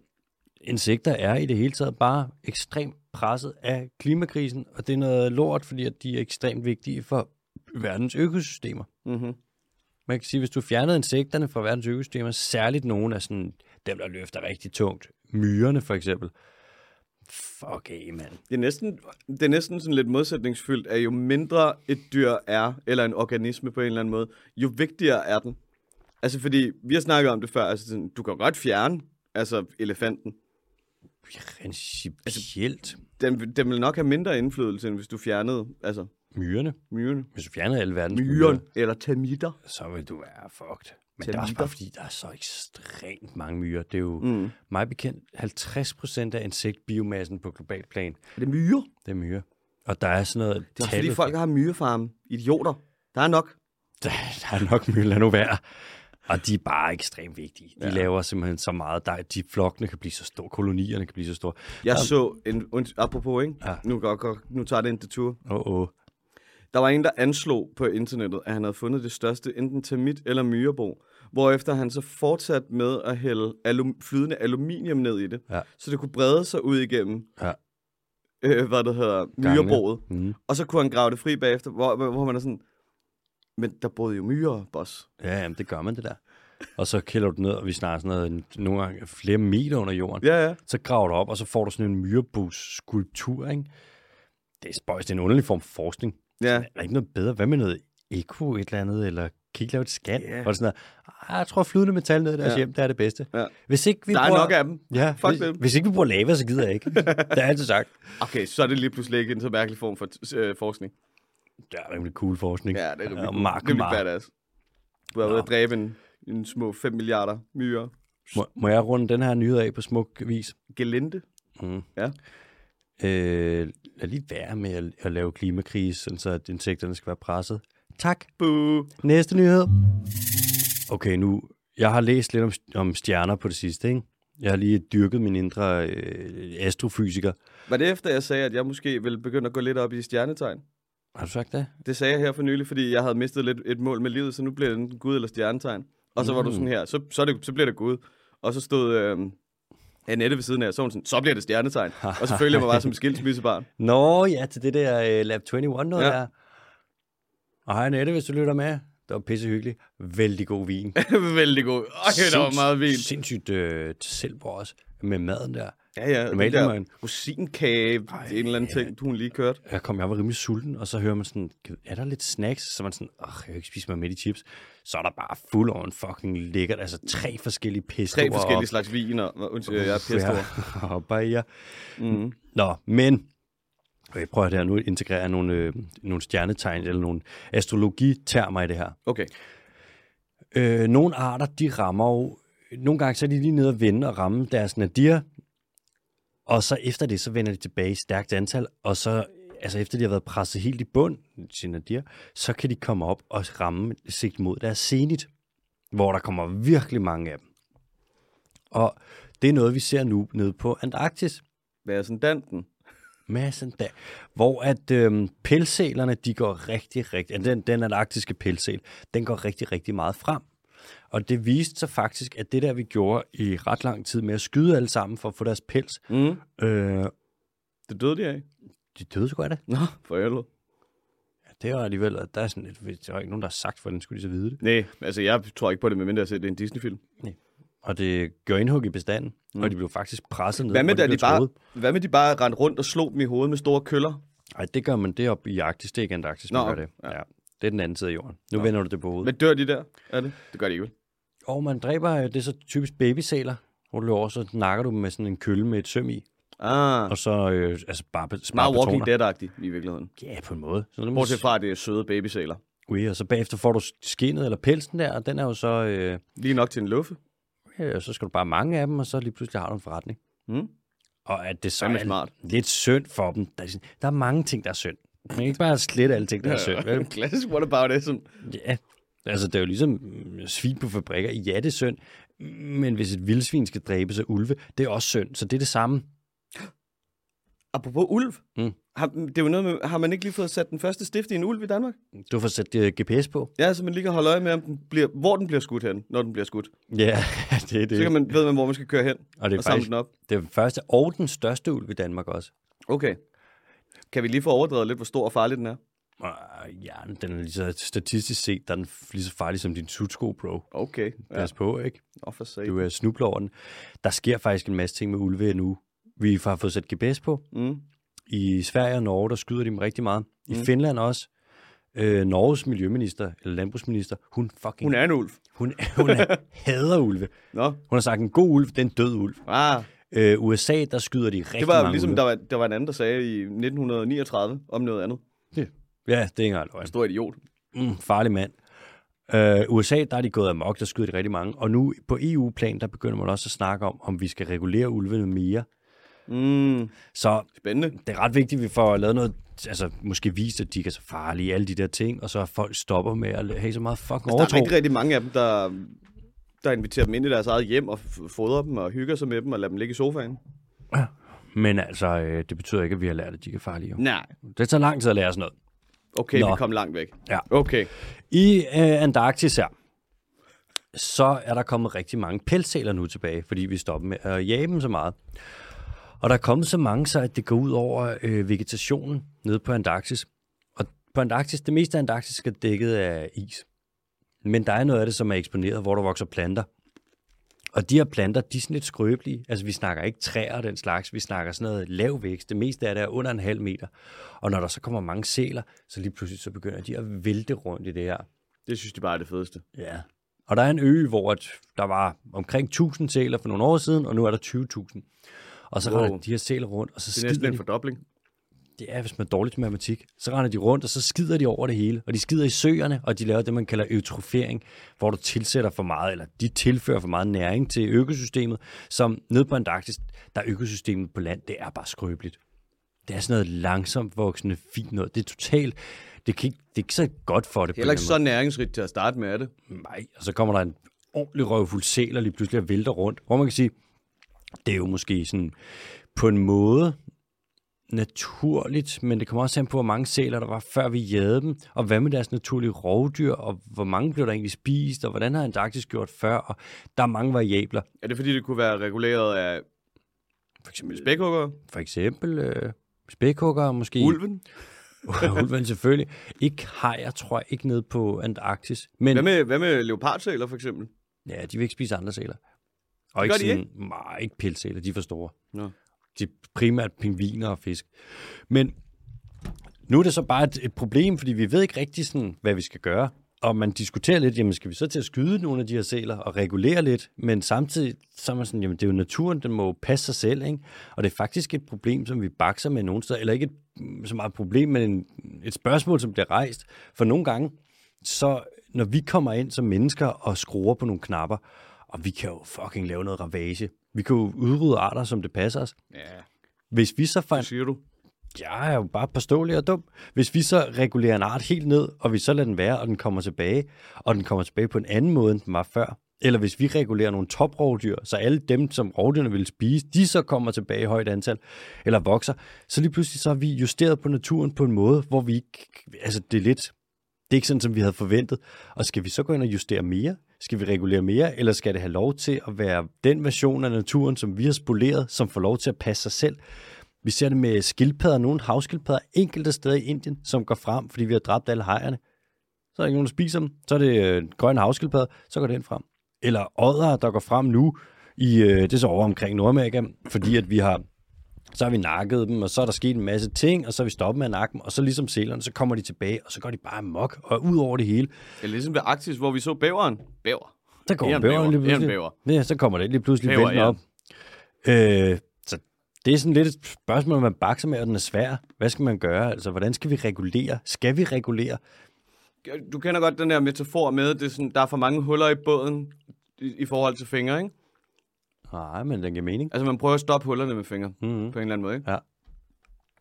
[SPEAKER 1] insekter er i det hele taget bare ekstremt presset af klimakrisen, og det er noget lort, fordi at de er ekstremt vigtige for verdens økosystemer.
[SPEAKER 2] Mm-hmm.
[SPEAKER 1] Man kan sige, hvis du fjernede insekterne fra verdens økosystemer, særligt nogle af sådan, dem, der løfter rigtig tungt, myrerne for eksempel. Fuck af, mand.
[SPEAKER 2] Det, er næsten, det er næsten sådan lidt modsætningsfyldt, at jo mindre et dyr er, eller en organisme på en eller anden måde, jo vigtigere er den. Altså fordi, vi har snakket om det før, altså sådan, du kan jo godt fjerne altså elefanten.
[SPEAKER 1] Principielt.
[SPEAKER 2] Den, den vil nok have mindre indflydelse, end hvis du fjernede altså,
[SPEAKER 1] Myrerne.
[SPEAKER 2] myrene.
[SPEAKER 1] Hvis du fjernede alle verdens myrer,
[SPEAKER 2] Myren eller termitter.
[SPEAKER 1] så vil du være fucked. Men
[SPEAKER 2] Til
[SPEAKER 1] det er også bare,
[SPEAKER 2] myrer.
[SPEAKER 1] fordi der er så ekstremt mange myrer. Det er jo mm. meget bekendt 50 procent af insektbiomassen på global plan,
[SPEAKER 2] Er det myrer?
[SPEAKER 1] det er myrer. Og der er sådan noget
[SPEAKER 2] Det er også fordi folk har myrefarme. Idioter. Der er nok.
[SPEAKER 1] der, der er nok mye, lad nu være. Og de er bare ekstremt vigtige. De ja. laver simpelthen så meget. Der, de flokkene kan blive så store, kolonierne kan blive så store.
[SPEAKER 2] Jeg så en... und- Apropos, ikke? Ja. Nu, går, går, nu tager det en detur.
[SPEAKER 1] Åh, åh.
[SPEAKER 2] Der var en, der anslog på internettet, at han havde fundet det største, enten termit eller myrebo, hvorefter han så fortsatte med at hælde alum, flydende aluminium ned i det,
[SPEAKER 1] Ja.
[SPEAKER 2] så det kunne brede sig ud igennem,
[SPEAKER 1] Ja.
[SPEAKER 2] øh, hvad det hedder, myrebroet.
[SPEAKER 1] Mm.
[SPEAKER 2] Og så kunne han grave det fri bagefter, hvor, hvor man er sådan, men der boede jo myrer, boss.
[SPEAKER 1] Ja, jamen, det gør man det der. Og så kælder du den ned, og vi snakker sådan noget, nogle gange flere meter under jorden.
[SPEAKER 2] Ja, ja.
[SPEAKER 1] Så graver du op, og så får du sådan en myrebus-skulptur, ikke? Det er spøjst, det er en underlig form for forskning.
[SPEAKER 2] Ja,
[SPEAKER 1] Er der ikke noget bedre? Hvad med noget eko et eller andet, eller kan I ikke lave et scan?
[SPEAKER 2] Ja.
[SPEAKER 1] Yeah. Hvor det sådan noget, "Ah, jeg tror flydende metal ned i deres
[SPEAKER 2] Ja.
[SPEAKER 1] ja. hjem, det er det bedste.
[SPEAKER 2] Ja.
[SPEAKER 1] Hvis ikke vi
[SPEAKER 2] der er
[SPEAKER 1] bruger...
[SPEAKER 2] nok af dem.
[SPEAKER 1] Ja,
[SPEAKER 2] Fuck
[SPEAKER 1] hvis,
[SPEAKER 2] dem.
[SPEAKER 1] hvis ikke vi bruger lava, så gider jeg ikke. det er altid sagt.
[SPEAKER 2] Okay, så er det lige pludselig ikke en så mærkelig form for t- øh, forskning.
[SPEAKER 1] Det er rimelig cool forskning.
[SPEAKER 2] Ja, det er rimelig,
[SPEAKER 1] og
[SPEAKER 2] ja,
[SPEAKER 1] Mark,
[SPEAKER 2] rimelig
[SPEAKER 1] Mark.
[SPEAKER 2] badass. Du har været at dræbe en, en små 5 milliarder myrer.
[SPEAKER 1] Må, må jeg runde den her nyhed af på smuk vis?
[SPEAKER 2] Gelinde.
[SPEAKER 1] Mm.
[SPEAKER 2] Ja.
[SPEAKER 1] Øh, lad lige være med at, at lave klimakrise, sådan så at insekterne skal være presset. Tak.
[SPEAKER 2] Boo.
[SPEAKER 1] Næste nyhed. Okay, nu... Jeg har læst lidt om, om stjerner på det sidste, ikke? Jeg har lige dyrket min indre øh, astrofysiker.
[SPEAKER 2] Var det efter, jeg sagde, at jeg måske ville begynde at gå lidt op i stjernetegn?
[SPEAKER 1] Har du sagt det?
[SPEAKER 2] Det sagde jeg her for nylig, fordi jeg havde mistet lidt et mål med livet, så nu bliver det enten Gud eller stjernetegn. Og så var
[SPEAKER 1] Mm.
[SPEAKER 2] du sådan her, så, så, er det, så bliver det Gud. Og så stod øh, Annette ved siden af, så var hun sådan, så bliver det stjernetegn. og så følte jeg mig bare som et skilsmissebarn.
[SPEAKER 1] Nå, ja, til det der uh, Lab 21 noget
[SPEAKER 2] Ja.
[SPEAKER 1] ja. der. Og hej Nette, hvis du lytter med. Det var pisse hyggeligt. Vældig god vin.
[SPEAKER 2] Vældig god. Okay, der var meget vildt.
[SPEAKER 1] Sindssygt øh, selvbord også med maden der.
[SPEAKER 2] Ja, ja. Den
[SPEAKER 1] Normalt er
[SPEAKER 2] der
[SPEAKER 1] man-
[SPEAKER 2] rosinkage, en eller anden ting, du hun lige kørte.
[SPEAKER 1] Jeg kom, jeg var rimelig sulten, og så hører man sådan, "Gud, er der lidt snacks? Så er man sådan, åh, jeg kan ikke spise mig med i chips. Så er der bare full on fucking lækkert, altså tre forskellige
[SPEAKER 2] Tre
[SPEAKER 1] pestoer.
[SPEAKER 2] forskellige slags viner. Undskyld, jeg er pisse Mhm. over.
[SPEAKER 1] Ja, og bare ja. Nå, men... Jeg prøver her nu at integrere nogle, øh, nogle stjernetegn eller nogle astrologitermer i det her.
[SPEAKER 2] Okay.
[SPEAKER 1] Øh, nogle arter, de rammer jo... Nogle gange så er de lige nede og vende og ramme deres nadir, og så efter det, så vender de tilbage i stærkt antal, og så altså efter de har været presset helt i bund, sin nadir, så kan de komme op og ramme sigt mod deres senit, hvor der kommer virkelig mange af dem. Og det er noget, vi ser nu nede på Antarktis.
[SPEAKER 2] Hvad er sådan danten?
[SPEAKER 1] Massen der. Hvor at øhm, pelselerne, de går rigtig, rigtig... altså, Den, den antarktiske pelsel, den går rigtig, rigtig meget frem. Og det viste sig faktisk, at det der, vi gjorde i ret lang tid med at skyde alle sammen for at få deres pels,
[SPEAKER 2] Mm.
[SPEAKER 1] øh,
[SPEAKER 2] Det døde de af.
[SPEAKER 1] de døde sgu af det.
[SPEAKER 2] Nå, for helvede.
[SPEAKER 1] Ja, det var alligevel, at der er sådan lidt, hvis der var ikke nogen, der har sagt, hvordan skulle de så vide det.
[SPEAKER 2] Nej, altså jeg tror ikke på det, medmindre jeg ser det er en Disney-film.
[SPEAKER 1] Og det gør indhug i bestanden, mm. og de blev faktisk presset ned.
[SPEAKER 2] Hvad med,
[SPEAKER 1] hvor
[SPEAKER 2] da de
[SPEAKER 1] blev
[SPEAKER 2] bare,
[SPEAKER 1] troet.
[SPEAKER 2] hvad med de bare rendte rundt og slog dem i hovedet med store køller?
[SPEAKER 1] Ej, det gør man det op i Arktis, det er ikke Antarktis,
[SPEAKER 2] Nå,
[SPEAKER 1] man gør
[SPEAKER 2] okay.
[SPEAKER 1] det. Ja. ja. Det er den anden side af jorden. Nu vender du det på hovedet.
[SPEAKER 2] Hvad dør de der? Er det? Det gør de ikke. vel?
[SPEAKER 1] Og man dræber, øh, det er så typisk babysæler, hvor du løber over, så nakker du dem med sådan en kølle med et søm i.
[SPEAKER 2] Ah,
[SPEAKER 1] Og så øh, altså bare, be- bare
[SPEAKER 2] meget Walking
[SPEAKER 1] betoner.
[SPEAKER 2] Dead-agtigt i virkeligheden.
[SPEAKER 1] Ja, på en måde. Så nu
[SPEAKER 2] Bortset fra, at det er søde babysæler.
[SPEAKER 1] Ui, og så bagefter får du skinnet eller pelsen der, og den er jo så... Øh,
[SPEAKER 2] Lige nok til en luffe.
[SPEAKER 1] øh, så skal du bare mange af dem, og så lige pludselig har du en forretning.
[SPEAKER 2] Mm.
[SPEAKER 1] Og at det så
[SPEAKER 2] Fandme
[SPEAKER 1] er
[SPEAKER 2] smart.
[SPEAKER 1] lidt synd for dem. Der er, sådan- der er mange ting, der er synd. Man kan ikke bare slette alle ting, der er synd. Vel?
[SPEAKER 2] Klassisk what about it? Som...
[SPEAKER 1] Ja, altså det er jo ligesom mm, svin på fabrikker. Ja, det er synd. Men hvis et vildsvin skal dræbes af ulve, det er også synd. Så det er det samme.
[SPEAKER 2] apropos ulv,
[SPEAKER 1] Mm.
[SPEAKER 2] har, det er jo noget med, har man ikke lige fået sat den første stift i en ulv i Danmark?
[SPEAKER 1] Du får sat øh, GPS på.
[SPEAKER 2] Ja, så man lige kan holde øje med, om den bliver, hvor den bliver skudt hen, når den bliver skudt.
[SPEAKER 1] Ja, det er det.
[SPEAKER 2] Så kan man, ved man, hvor man skal køre hen
[SPEAKER 1] og det er
[SPEAKER 2] og samle
[SPEAKER 1] faktisk
[SPEAKER 2] den op.
[SPEAKER 1] det er den første og den største ulv i Danmark også.
[SPEAKER 2] Okay. Kan vi lige få overdrevet lidt, hvor stor og farlig den er?
[SPEAKER 1] Øh, Ja, den er lige så statistisk set, der er den f- lige så farlig som din sutsko, bro.
[SPEAKER 2] Okay. Ja.
[SPEAKER 1] Pas på, ikke?
[SPEAKER 2] Nå, for sag.
[SPEAKER 1] Du er snubler over den. Der sker faktisk en masse ting med ulve nu. Vi har fået sat GPS på.
[SPEAKER 2] Mm.
[SPEAKER 1] I Sverige og Norge, der skyder de dem rigtig meget. I Finland også. Øh, Norges miljøminister, eller landbrugsminister, hun fucking...
[SPEAKER 2] Hun er en ulv.
[SPEAKER 1] Hun, hun er, hader ulve.
[SPEAKER 2] Nå.
[SPEAKER 1] Hun har sagt, en god ulv, det er en død ulv.
[SPEAKER 2] Ah,
[SPEAKER 1] Øh, USA, der skyder de rigtig
[SPEAKER 2] det var
[SPEAKER 1] mange
[SPEAKER 2] ligesom,
[SPEAKER 1] ulve.
[SPEAKER 2] der var, der var en anden, der sagde i 1939 om noget andet.
[SPEAKER 1] Ja, det er ikke engang løgn.
[SPEAKER 2] Stor idiot.
[SPEAKER 1] mm, farlig mand. Øh, USA, der er de gået amok, der skyder de rigtig mange. Og nu på EU-plan, der begynder man også at snakke om, om vi skal regulere ulvene mere.
[SPEAKER 2] Mm.
[SPEAKER 1] Så
[SPEAKER 2] Spændende.
[SPEAKER 1] det er ret vigtigt, at vi får lavet noget, altså måske vist, at de ikke er så farlige, alle de der ting, og så at folk stopper med at have så meget fucking
[SPEAKER 2] Altså, Der er
[SPEAKER 1] overtro.
[SPEAKER 2] rigtig, rigtig mange af dem, der, der inviterer dem ind i deres eget hjem og f- fodrer dem og hygger sig med dem og lader dem ligge i sofaen.
[SPEAKER 1] Men altså, øh, det betyder ikke, at vi har lært, at de ikke er farlige. jo.
[SPEAKER 2] Nej.
[SPEAKER 1] Det tager lang tid at lære sådan noget.
[SPEAKER 2] Okay,
[SPEAKER 1] Nå.
[SPEAKER 2] vi kom langt væk.
[SPEAKER 1] Ja.
[SPEAKER 2] Okay.
[SPEAKER 1] I øh, Antarktis her, så er der kommet rigtig mange pelssæler nu tilbage, fordi vi stopper med at jage dem så meget. Og der er kommet så mange, så at det går ud over øh, vegetationen nede på Antarktis. Og på Antarktis, det meste af Antarktis er dækket af is. Men der er noget af det, som er eksponeret, hvor der vokser planter. Og de her planter, de er sådan lidt skrøbelige. Altså, vi snakker ikke træer og den slags. Vi snakker sådan noget lav vækst. Det meste af det er under en halv meter. Og når der så kommer mange sæler, så lige pludselig så begynder de at vælte rundt i det her.
[SPEAKER 2] Det synes de bare er det fedeste.
[SPEAKER 1] Ja. Og der er en ø, hvor at der var omkring 1000 sæler for nogle år siden, og nu er der 20.000. Og så wow.
[SPEAKER 2] Wow.
[SPEAKER 1] render de her sæler rundt, og så
[SPEAKER 2] Det er næsten
[SPEAKER 1] skider
[SPEAKER 2] en
[SPEAKER 1] de.
[SPEAKER 2] fordobling.
[SPEAKER 1] Det er, hvis man er dårlig til matematik. Så render de rundt, og så skider de over det hele. Og de skider i søerne, og de laver det, man kalder eutrofering, hvor du tilsætter for meget, eller de tilfører for meget næring til økosystemet, som nede på Antarktis, der er økosystemet på land, det er bare skrøbeligt. Det er sådan noget langsomt voksende, fint noget. Det er totalt, det, kan ikke, det er ikke så godt for det. på
[SPEAKER 2] Heller
[SPEAKER 1] den
[SPEAKER 2] ikke så næringsrigt til at starte med, er det?
[SPEAKER 1] Nej, og så kommer der en ordentlig røvfuld sæler lige pludselig og vælter rundt, hvor man kan sige, det er jo måske sådan på en måde naturligt, men det kommer også an på, hvor mange sæler der var, før vi jagede dem, og hvad med deres naturlige rovdyr, og hvor mange blev der egentlig spist, og hvordan har Antarktis gjort før, og der er mange variabler.
[SPEAKER 2] Er det fordi, det kunne være reguleret af
[SPEAKER 1] For eksempel,
[SPEAKER 2] spækhugger,
[SPEAKER 1] for eksempel øh, spækhugger måske.
[SPEAKER 2] ulven?
[SPEAKER 1] Ulven selvfølgelig. Ikke hajer, tror jeg, ikke nede på Antarktis. Men
[SPEAKER 2] Hvad med, hvad med leopardsæler for eksempel?
[SPEAKER 1] Ja, de vil ikke spise andre sæler. Og ikke
[SPEAKER 2] gør de
[SPEAKER 1] sådan, Nej, ikke pelsæler, de er for store.
[SPEAKER 2] Nå.
[SPEAKER 1] De er primært pingviner og fisk. Men nu er det så bare et, et problem, fordi vi ved ikke rigtig, sådan, hvad vi skal gøre. Og man diskuterer lidt, jamen skal vi så til at skyde nogle af de her sæler og regulere lidt? Men samtidig så er man sådan, jamen det er jo naturen, den må jo passe sig selv, ikke? Og det er faktisk et problem, som vi bakser med nogle steder. Eller ikke et, så meget et problem, men en, et spørgsmål, som bliver rejst. For nogle gange, så når vi kommer ind som mennesker og skruer på nogle knapper, og vi kan jo fucking lave noget ravage. Vi kan jo udrydde arter, som det passer os.
[SPEAKER 2] Ja,
[SPEAKER 1] Hvis vi så fandt
[SPEAKER 2] det siger du.
[SPEAKER 1] jeg er jo bare påståelig og dum. Hvis vi så regulerer en art helt ned, og vi så lader den være, og den kommer tilbage, og den kommer tilbage på en anden måde, end den var før, eller hvis vi regulerer nogle toprovdyr, så alle dem, som rovdyrene vil spise, de så kommer tilbage i højt antal, eller vokser, så lige pludselig så har vi justeret på naturen på en måde, hvor vi ikke, altså det er lidt, det er ikke sådan, som vi havde forventet. Og skal vi så gå ind og justere mere? Skal vi regulere mere? Eller skal det have lov til at være den version af naturen, som vi har spoleret, som får lov til at passe sig selv? Vi ser det med skildpadder, nogle havskildpadder, enkelte steder i Indien, som går frem, fordi vi har dræbt alle hejerne. Så er der ikke nogen, der spiser dem. Så er det øh, en grøn havskildpadde, så går den frem. Eller ådder, der går frem nu, i, øh, det er så over omkring Nordamerika, fordi at vi har så har vi nakket dem, og så er der sket en masse ting, og så er vi stoppet med at nakke dem, og så ligesom selerne, så kommer de tilbage, og så går de bare amok, og ud over det hele,
[SPEAKER 2] Ja, ligesom ved Arktis, hvor vi så bæveren. Bæver.
[SPEAKER 1] så kommer
[SPEAKER 2] Æren
[SPEAKER 1] bæveren
[SPEAKER 2] bæver.
[SPEAKER 1] lige
[SPEAKER 2] Æren
[SPEAKER 1] pludselig.
[SPEAKER 2] bæver.
[SPEAKER 1] Ja, så kommer den lige pludselig
[SPEAKER 2] Bæver,
[SPEAKER 1] vælten op. Øh, så det er sådan lidt et spørgsmål, man bakser med, og den er svær. Hvad skal man gøre? Altså, hvordan skal vi regulere? Skal vi regulere?
[SPEAKER 2] Du kender godt den der metafor med, det er sådan, der er for mange huller i båden i, i forhold til fingre, ikke?
[SPEAKER 1] Nej, men den giver mening.
[SPEAKER 2] Altså, man prøver at stoppe hullerne med fingre, mm-hmm. på en eller anden måde, ikke?
[SPEAKER 1] Mhm. Ja.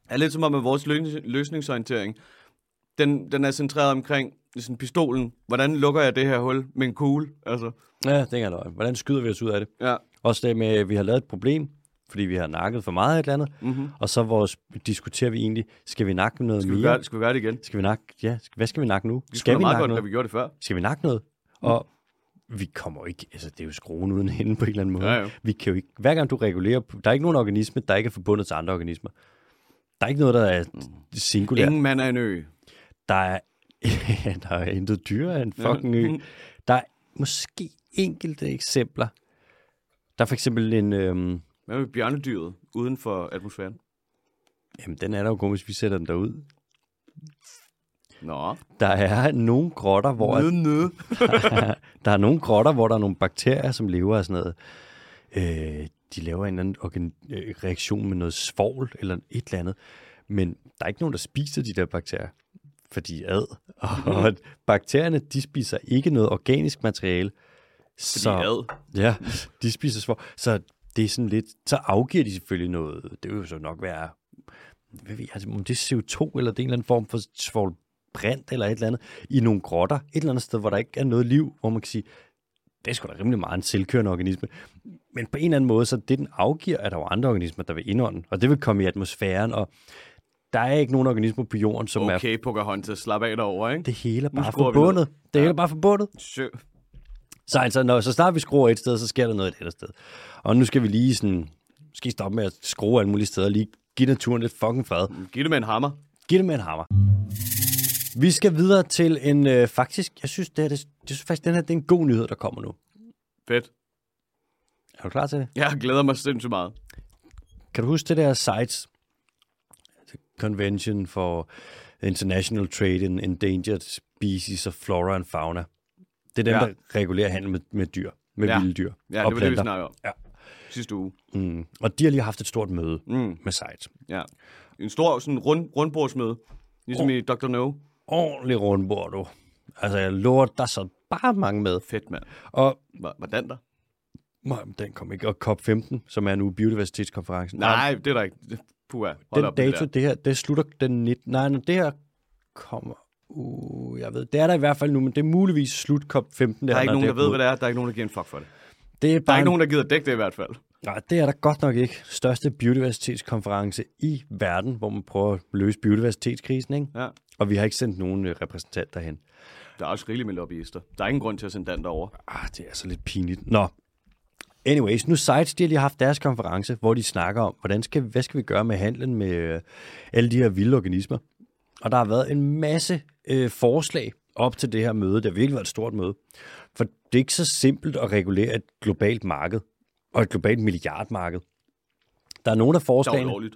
[SPEAKER 2] Det er lidt som om, at vores løs- løsningsorientering, den, den er centreret omkring sådan pistolen. Hvordan lukker jeg det her hul med en kugle? Altså,
[SPEAKER 1] Ja, det er ikke engang løgn. Hvordan skyder vi os ud af det?
[SPEAKER 2] ja.
[SPEAKER 1] Også det med, at vi har lavet et problem, fordi vi har nakket for meget af et eller andet. Mm-hmm. Og så vores, diskuterer vi egentlig, skal vi nakke noget
[SPEAKER 2] Mhm. Skal vi
[SPEAKER 1] mere?
[SPEAKER 2] gøre, skal vi gøre det igen?
[SPEAKER 1] Skal vi nakke? Ja, skal, hvad skal vi nakke nu?
[SPEAKER 2] Det
[SPEAKER 1] skal vi
[SPEAKER 2] meget
[SPEAKER 1] nakke
[SPEAKER 2] godt,
[SPEAKER 1] noget?
[SPEAKER 2] at vi gjorde det før.
[SPEAKER 1] Skal vi nakke noget? Og vi kommer jo ikke, altså det er jo skruen uden hende på en eller anden måde.
[SPEAKER 2] Ja, ja.
[SPEAKER 1] Vi kan jo ikke, hver gang du regulerer, på- der er ikke nogen organisme, der ikke er forbundet til andre organismer. Der er ikke noget, der er singulært.
[SPEAKER 2] Ingen mand er en ø.
[SPEAKER 1] Der er, der er intet dyr af en fucking ø. Der er måske enkelte eksempler. Der er for eksempel en, øhm,
[SPEAKER 2] Hvad med bjørnedyret uden for atmosfæren?
[SPEAKER 1] jamen den er der jo kun, hvis vi sætter den derud.
[SPEAKER 2] Nå.
[SPEAKER 1] Der er nogle grotter, hvor at-
[SPEAKER 2] Nød, nød.
[SPEAKER 1] der er nogle grotter, hvor der er nogle bakterier, som lever af sådan noget. Øh, de laver en eller anden organ- øh, reaktion med noget svovl eller et eller andet. Men der er ikke nogen, der spiser de der bakterier, for de er ad. Og at bakterierne, de spiser ikke noget organisk materiale. Så,
[SPEAKER 2] de er ad.
[SPEAKER 1] Ja, de spiser svovl. Så det er sådan lidt, så afgiver de selvfølgelig noget. Det vil jo så nok være, hvad ved jeg, altså, om det er CO2 eller det er en eller anden form for svovlbrint eller et eller andet, i nogle grotter, et eller andet sted, hvor der ikke er noget liv, hvor man kan sige, det er sgu da rimelig meget en selvkørende organisme. Men på en eller anden måde, så det den afgiver, er der jo andre organismer, der vil indånde, og det vil komme i atmosfæren, og der er ikke nogen organismer på jorden, som okay. er
[SPEAKER 2] Okay, Pocahontas, slap af derovre, ikke?
[SPEAKER 1] det hele er
[SPEAKER 2] Nu
[SPEAKER 1] bare
[SPEAKER 2] skruer vi ned.
[SPEAKER 1] forbundet. Det hele er bare forbundet.
[SPEAKER 2] Sjø.
[SPEAKER 1] Så altså, når, så snart vi skruer et sted, så sker der noget et andet sted. Og nu skal vi lige sådan, måske stoppe med at skrue alle mulige steder, og lige give naturen lidt fucking fred.
[SPEAKER 2] Giv det med en hammer.
[SPEAKER 1] Giv det med en hammer. Vi skal videre til en, øh, faktisk, jeg synes, det er, det, jeg synes faktisk, den her det er en god nyhed, der kommer nu.
[SPEAKER 2] Fedt.
[SPEAKER 1] Er du klar til det?
[SPEAKER 2] Jeg glæder mig sindssygt meget.
[SPEAKER 1] Kan du huske det der sites? Convention for International Trade in Endangered Species of Flora and Fauna. Det er dem,
[SPEAKER 2] Ja.
[SPEAKER 1] ja. der regulerer handel med, med dyr, med
[SPEAKER 2] Ja.
[SPEAKER 1] vilde dyr og
[SPEAKER 2] Ja, det var det, vi
[SPEAKER 1] planter.
[SPEAKER 2] snakkede om
[SPEAKER 1] Ja.
[SPEAKER 2] sidste uge.
[SPEAKER 1] Mm. Og de har lige haft et stort møde
[SPEAKER 2] Mm.
[SPEAKER 1] mm. med Sejt.
[SPEAKER 2] Ja. En stor sådan rund, rundbordsmøde, ligesom
[SPEAKER 1] Oh.
[SPEAKER 2] i Dr. No.
[SPEAKER 1] Ordentlig rundbord, du. Altså, jeg lover, der sad bare mange med.
[SPEAKER 2] Fedt, mand.
[SPEAKER 1] Og
[SPEAKER 2] Var- Hvordan der?
[SPEAKER 1] nej, men den kom ikke. Og COP15, som er nu biodiversitetskonferencen.
[SPEAKER 2] Nej, det er der ikke. Det- Puha, hold
[SPEAKER 1] den
[SPEAKER 2] op med
[SPEAKER 1] dato, det,
[SPEAKER 2] det
[SPEAKER 1] det her, det slutter den 19. Nej, når det her kommer... Uh, jeg ved, det er der i hvert fald nu, men det er muligvis slut COP15. Der,
[SPEAKER 2] der. der er ikke nogen, der ved, hvad det er. Der er ikke nogen, der giver en fuck for det.
[SPEAKER 1] Det er
[SPEAKER 2] Der er
[SPEAKER 1] bare
[SPEAKER 2] ikke nogen, der gider dække det i hvert fald.
[SPEAKER 1] Nej, det er der godt nok ikke. Største biodiversitetskonference i verden, hvor man prøver at løse biodiversitetskrisen, ikke?
[SPEAKER 2] Ja.
[SPEAKER 1] Og vi har ikke sendt nogen øh, repræsentant derhen.
[SPEAKER 2] Der er også rigeligt med lobbyister. Der er ingen grund til at sende Dan derover.
[SPEAKER 1] Ah, det er så lidt pinligt. Nå. Anyways, nu Sites, de har lige haft deres konference, hvor de snakker om, hvordan skal, hvad skal vi gøre med handlen med øh, alle de her vilde organismer. Og der har været en masse øh, forslag op til det her møde. Det har virkelig været et stort møde. For det er ikke så simpelt at regulere et globalt marked og et globalt milliardmarked. Der er nogle af
[SPEAKER 2] Det
[SPEAKER 1] forslagene...
[SPEAKER 2] er ulovligt.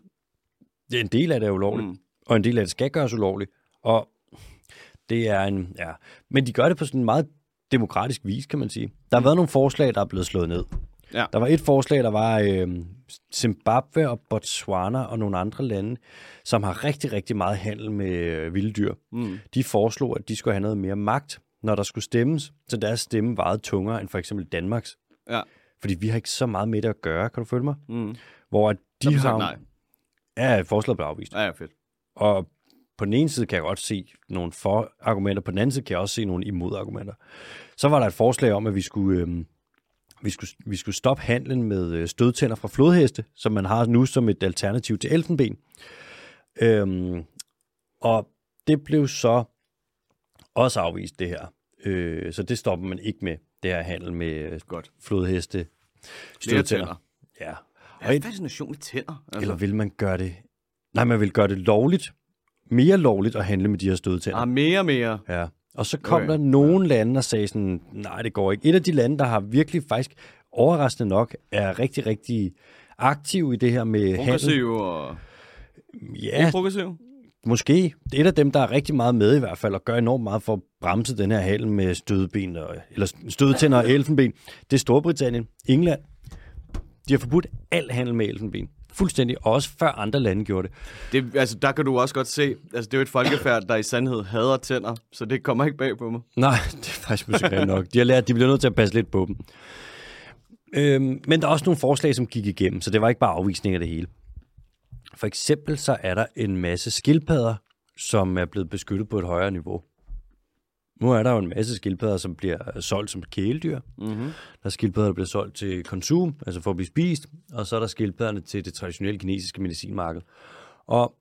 [SPEAKER 1] Ja, en del af det er ulovligt, mm. og en del af det skal gøres ulovligt, og det er en, ja. Men de gør det på sådan en meget demokratisk vis, kan man sige. Der har været nogle forslag, der er blevet slået ned.
[SPEAKER 2] Ja.
[SPEAKER 1] Der var et forslag, der var øh, Zimbabwe og Botswana og nogle andre lande, som har rigtig, rigtig meget handel med øh, vilde dyr. Mm. De foreslog, at de skulle have noget mere magt, når der skulle stemmes, så deres stemme vejede tungere end for eksempel Danmarks.
[SPEAKER 2] Ja.
[SPEAKER 1] Fordi vi har ikke så meget med det at gøre, kan du følge mig? Mm. Hvor at de
[SPEAKER 2] Så
[SPEAKER 1] har...
[SPEAKER 2] nej.
[SPEAKER 1] Ja, forslaget blev afvist.
[SPEAKER 2] Ja, ja, fedt.
[SPEAKER 1] Og på den ene side kan jeg godt se nogle for-argumenter, på den anden side kan jeg også se nogle imod-argumenter. Så var der et forslag om, at vi skulle, øhm, vi skulle, vi skulle stoppe handlen med øh, stødtænder fra flodheste, som man har nu som et alternativ til elfenben. Øhm, og det blev så også afvist, det her. Øh, så det stopper man ikke med, det her handel med øh,
[SPEAKER 2] Godt.
[SPEAKER 1] flodheste.
[SPEAKER 2] tænder.
[SPEAKER 1] Ja.
[SPEAKER 2] Hvad er fascination med tænder? Altså,
[SPEAKER 1] Eller vil man gøre det... Nej, man vil gøre det lovligt. Mere lovligt at handle med de her stødtænder.
[SPEAKER 2] ah, mere og mere.
[SPEAKER 1] Ja. Og så kom
[SPEAKER 2] Okay.
[SPEAKER 1] okay. der nogle lande og sagde sådan, nej, det går ikke. Et af de lande, der har virkelig faktisk overraskende nok, er rigtig, rigtig aktiv i det her med handel.
[SPEAKER 2] Progressiv og...
[SPEAKER 1] Ja,
[SPEAKER 2] Progressiv?
[SPEAKER 1] måske. Et af dem, der er rigtig meget med i hvert fald, og gør enormt meget for at bremse den her handel med stødben og, eller stødtænder og elfenben, det er Storbritannien, England. De har forbudt al handel med elfenben. Fuldstændig. Og også før andre lande gjorde det.
[SPEAKER 2] Det, altså, der kan du også godt se, altså, det er jo et folkefærd, der i sandhed hader tænder, så det kommer ikke bag på mig.
[SPEAKER 1] Nej, det er faktisk måske rigtigt nok. De har lært, at de bliver nødt til at passe lidt på dem. Øhm, men der er også nogle forslag, som gik igennem, så det var ikke bare afvisning af det hele. For eksempel så er der en masse skildpadder, som er blevet beskyttet på et højere niveau. Nu er der jo en masse skildpadder, som bliver solgt som kæledyr. Mm-hmm. Der er skildpadder, der bliver solgt til konsum, altså for at blive spist. Og så er der skildpadderne til det traditionelle kinesiske medicinmarked. Og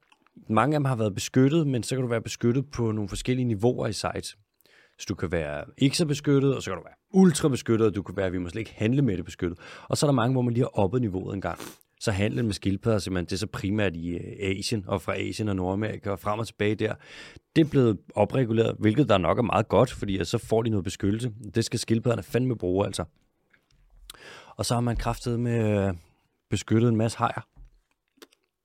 [SPEAKER 1] mange af dem har været beskyttet, men så kan du være beskyttet på nogle forskellige niveauer i sites. Så du kan være ikke så beskyttet, og så kan du være ultra beskyttet, og du kan være, vi må slet ikke handle med det beskyttet. Og så er der mange, hvor man lige har oppet niveauet en gang. Så handlen med skildpadder, simpelthen, det er så primært i øh, Asien, og fra Asien og Nordamerika, og frem og tilbage der. Det er blevet opreguleret, hvilket der nok er meget godt, fordi øh, så får de noget beskyttelse. Det skal skildpadderne fandme bruge, altså. Og så har man kraftet med øh, beskyttet en masse hajer.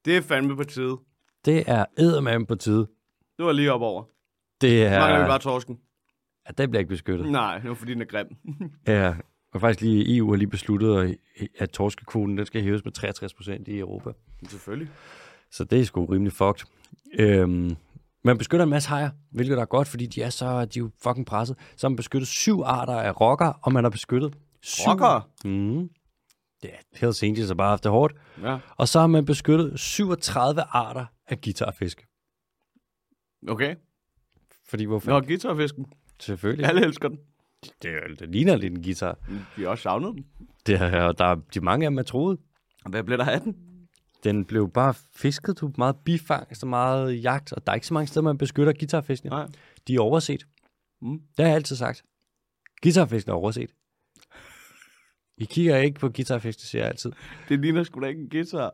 [SPEAKER 2] Det er fandme på tide.
[SPEAKER 1] Det er eddermame på tide.
[SPEAKER 2] Det var lige op over.
[SPEAKER 1] Det
[SPEAKER 2] Ja. Mangler
[SPEAKER 1] er...
[SPEAKER 2] vi bare torsken?
[SPEAKER 1] Ja, den bliver ikke beskyttet.
[SPEAKER 2] Nej, det var fordi, den er grim.
[SPEAKER 1] Ja, og faktisk lige EU har lige besluttet, at- at torskekvoten den skal hæves med 63 procent i Europa.
[SPEAKER 2] Selvfølgelig.
[SPEAKER 1] Så det er sgu rimelig fucked. Øhm, man beskytter en masse hajer, hvilket er godt, fordi de er så de er jo fucking presset. Så har man beskyttet syv arter af rocker, og man har beskyttet syv...
[SPEAKER 2] Rocker.
[SPEAKER 1] Mm. Ja, Hells Angels har bare haft det hårdt.
[SPEAKER 2] Ja.
[SPEAKER 1] Og så har man beskyttet 37 arter af guitarfisk.
[SPEAKER 2] Okay.
[SPEAKER 1] Fordi hvorfor?
[SPEAKER 2] Nå, guitarfisken.
[SPEAKER 1] Selvfølgelig.
[SPEAKER 2] Alle elsker den.
[SPEAKER 1] Det, er jo- det ligner lidt en guitar.
[SPEAKER 2] Vi har også savnet den.
[SPEAKER 1] Det er, og der er de mange af dem er troet.
[SPEAKER 2] Hvad blev der af den?
[SPEAKER 1] den blev bare fisket, du meget bifangst og meget jagt, og der er ikke så mange steder, man beskytter guitarfiskene.
[SPEAKER 2] Nej.
[SPEAKER 1] De er overset.
[SPEAKER 2] Mm.
[SPEAKER 1] Det har jeg altid sagt. Guitarfiskene er overset. I kigger ikke på guitarfiskene, siger jeg altid.
[SPEAKER 2] Det ligner sgu da ikke en guitar.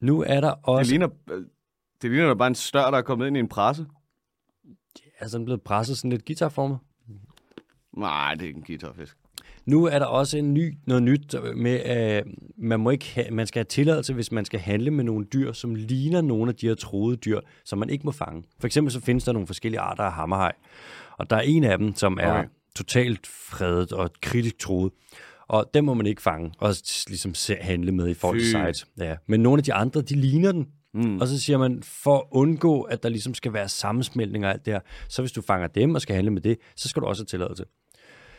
[SPEAKER 1] Nu er der
[SPEAKER 2] Det
[SPEAKER 1] også...
[SPEAKER 2] ligner, øh, det ligner da bare en stør, der er kommet ind i en presse.
[SPEAKER 1] Er sådan blevet presset sådan lidt guitarformet.
[SPEAKER 2] Nej, det er ikke en guitarfisk.
[SPEAKER 1] Nu er der også en ny, noget nyt med, at man, må ikke ha- man skal have tilladelse, hvis man skal handle med nogle dyr, som ligner nogle af de her troede dyr, som man ikke må fange. For eksempel så findes der nogle forskellige arter af hammerhaj, og der er en af dem, som er
[SPEAKER 2] Okay.
[SPEAKER 1] totalt fredet og kritisk troet. Og den må man ikke fange og s- ligesom se- handle med i forhold til
[SPEAKER 2] Fy. Hmm.
[SPEAKER 1] sites. Ja. Men nogle af de andre, de ligner den. Mm. Og så siger man, for at undgå, at der ligesom skal være sammensmeltning og alt det her, så hvis du fanger dem og skal handle med det, så skal du også have tilladelse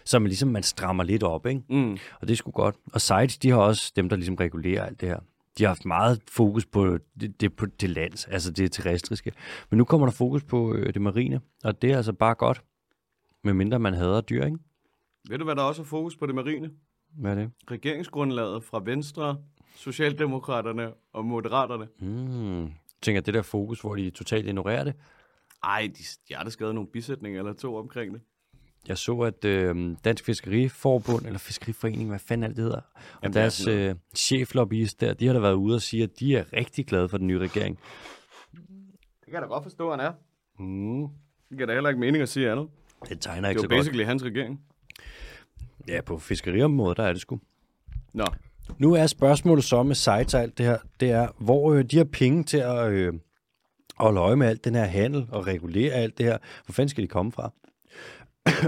[SPEAKER 1] så man ligesom man strammer lidt op, ikke? Mm. Og det er sgu godt. Og sites, de har også dem, der ligesom regulerer alt det her. De har haft meget fokus på det, det, på det lands, altså det terrestriske. Men nu kommer der fokus på øh, det marine, og det er altså bare godt. Medmindre man hader dyr, ikke?
[SPEAKER 2] Ved du, hvad der også er fokus på det marine?
[SPEAKER 1] Hvad er det?
[SPEAKER 2] Regeringsgrundlaget fra Venstre, Socialdemokraterne og Moderaterne.
[SPEAKER 1] Mm. Jeg tænker, det der fokus, hvor de totalt ignorerer det.
[SPEAKER 2] Ej, de, de har da skrevet nogle bisætninger eller to omkring det.
[SPEAKER 1] Jeg så, at øh, Dansk Fiskeriforbund, eller Fiskeriforening, hvad fanden alt det hedder, og Jamen,
[SPEAKER 2] det er
[SPEAKER 1] deres
[SPEAKER 2] sådan
[SPEAKER 1] øh, cheflobbyist der, de har da været ude og sige, at de er rigtig glade for den nye regering.
[SPEAKER 2] Det kan jeg da godt forstå, han er.
[SPEAKER 1] Mm.
[SPEAKER 2] Det kan da heller ikke mening at sige andet.
[SPEAKER 1] Det tegner
[SPEAKER 2] Det
[SPEAKER 1] ikke
[SPEAKER 2] var
[SPEAKER 1] så godt.
[SPEAKER 2] basically hans regering.
[SPEAKER 1] Ja, på fiskeriområdet, der er det sgu.
[SPEAKER 2] Nå,
[SPEAKER 1] Nu er spørgsmålet så med sites og alt det her, det er, hvor øh, de har penge til at øh, holde øje med alt den her handel og regulere alt det her. Hvor fanden skal de komme fra?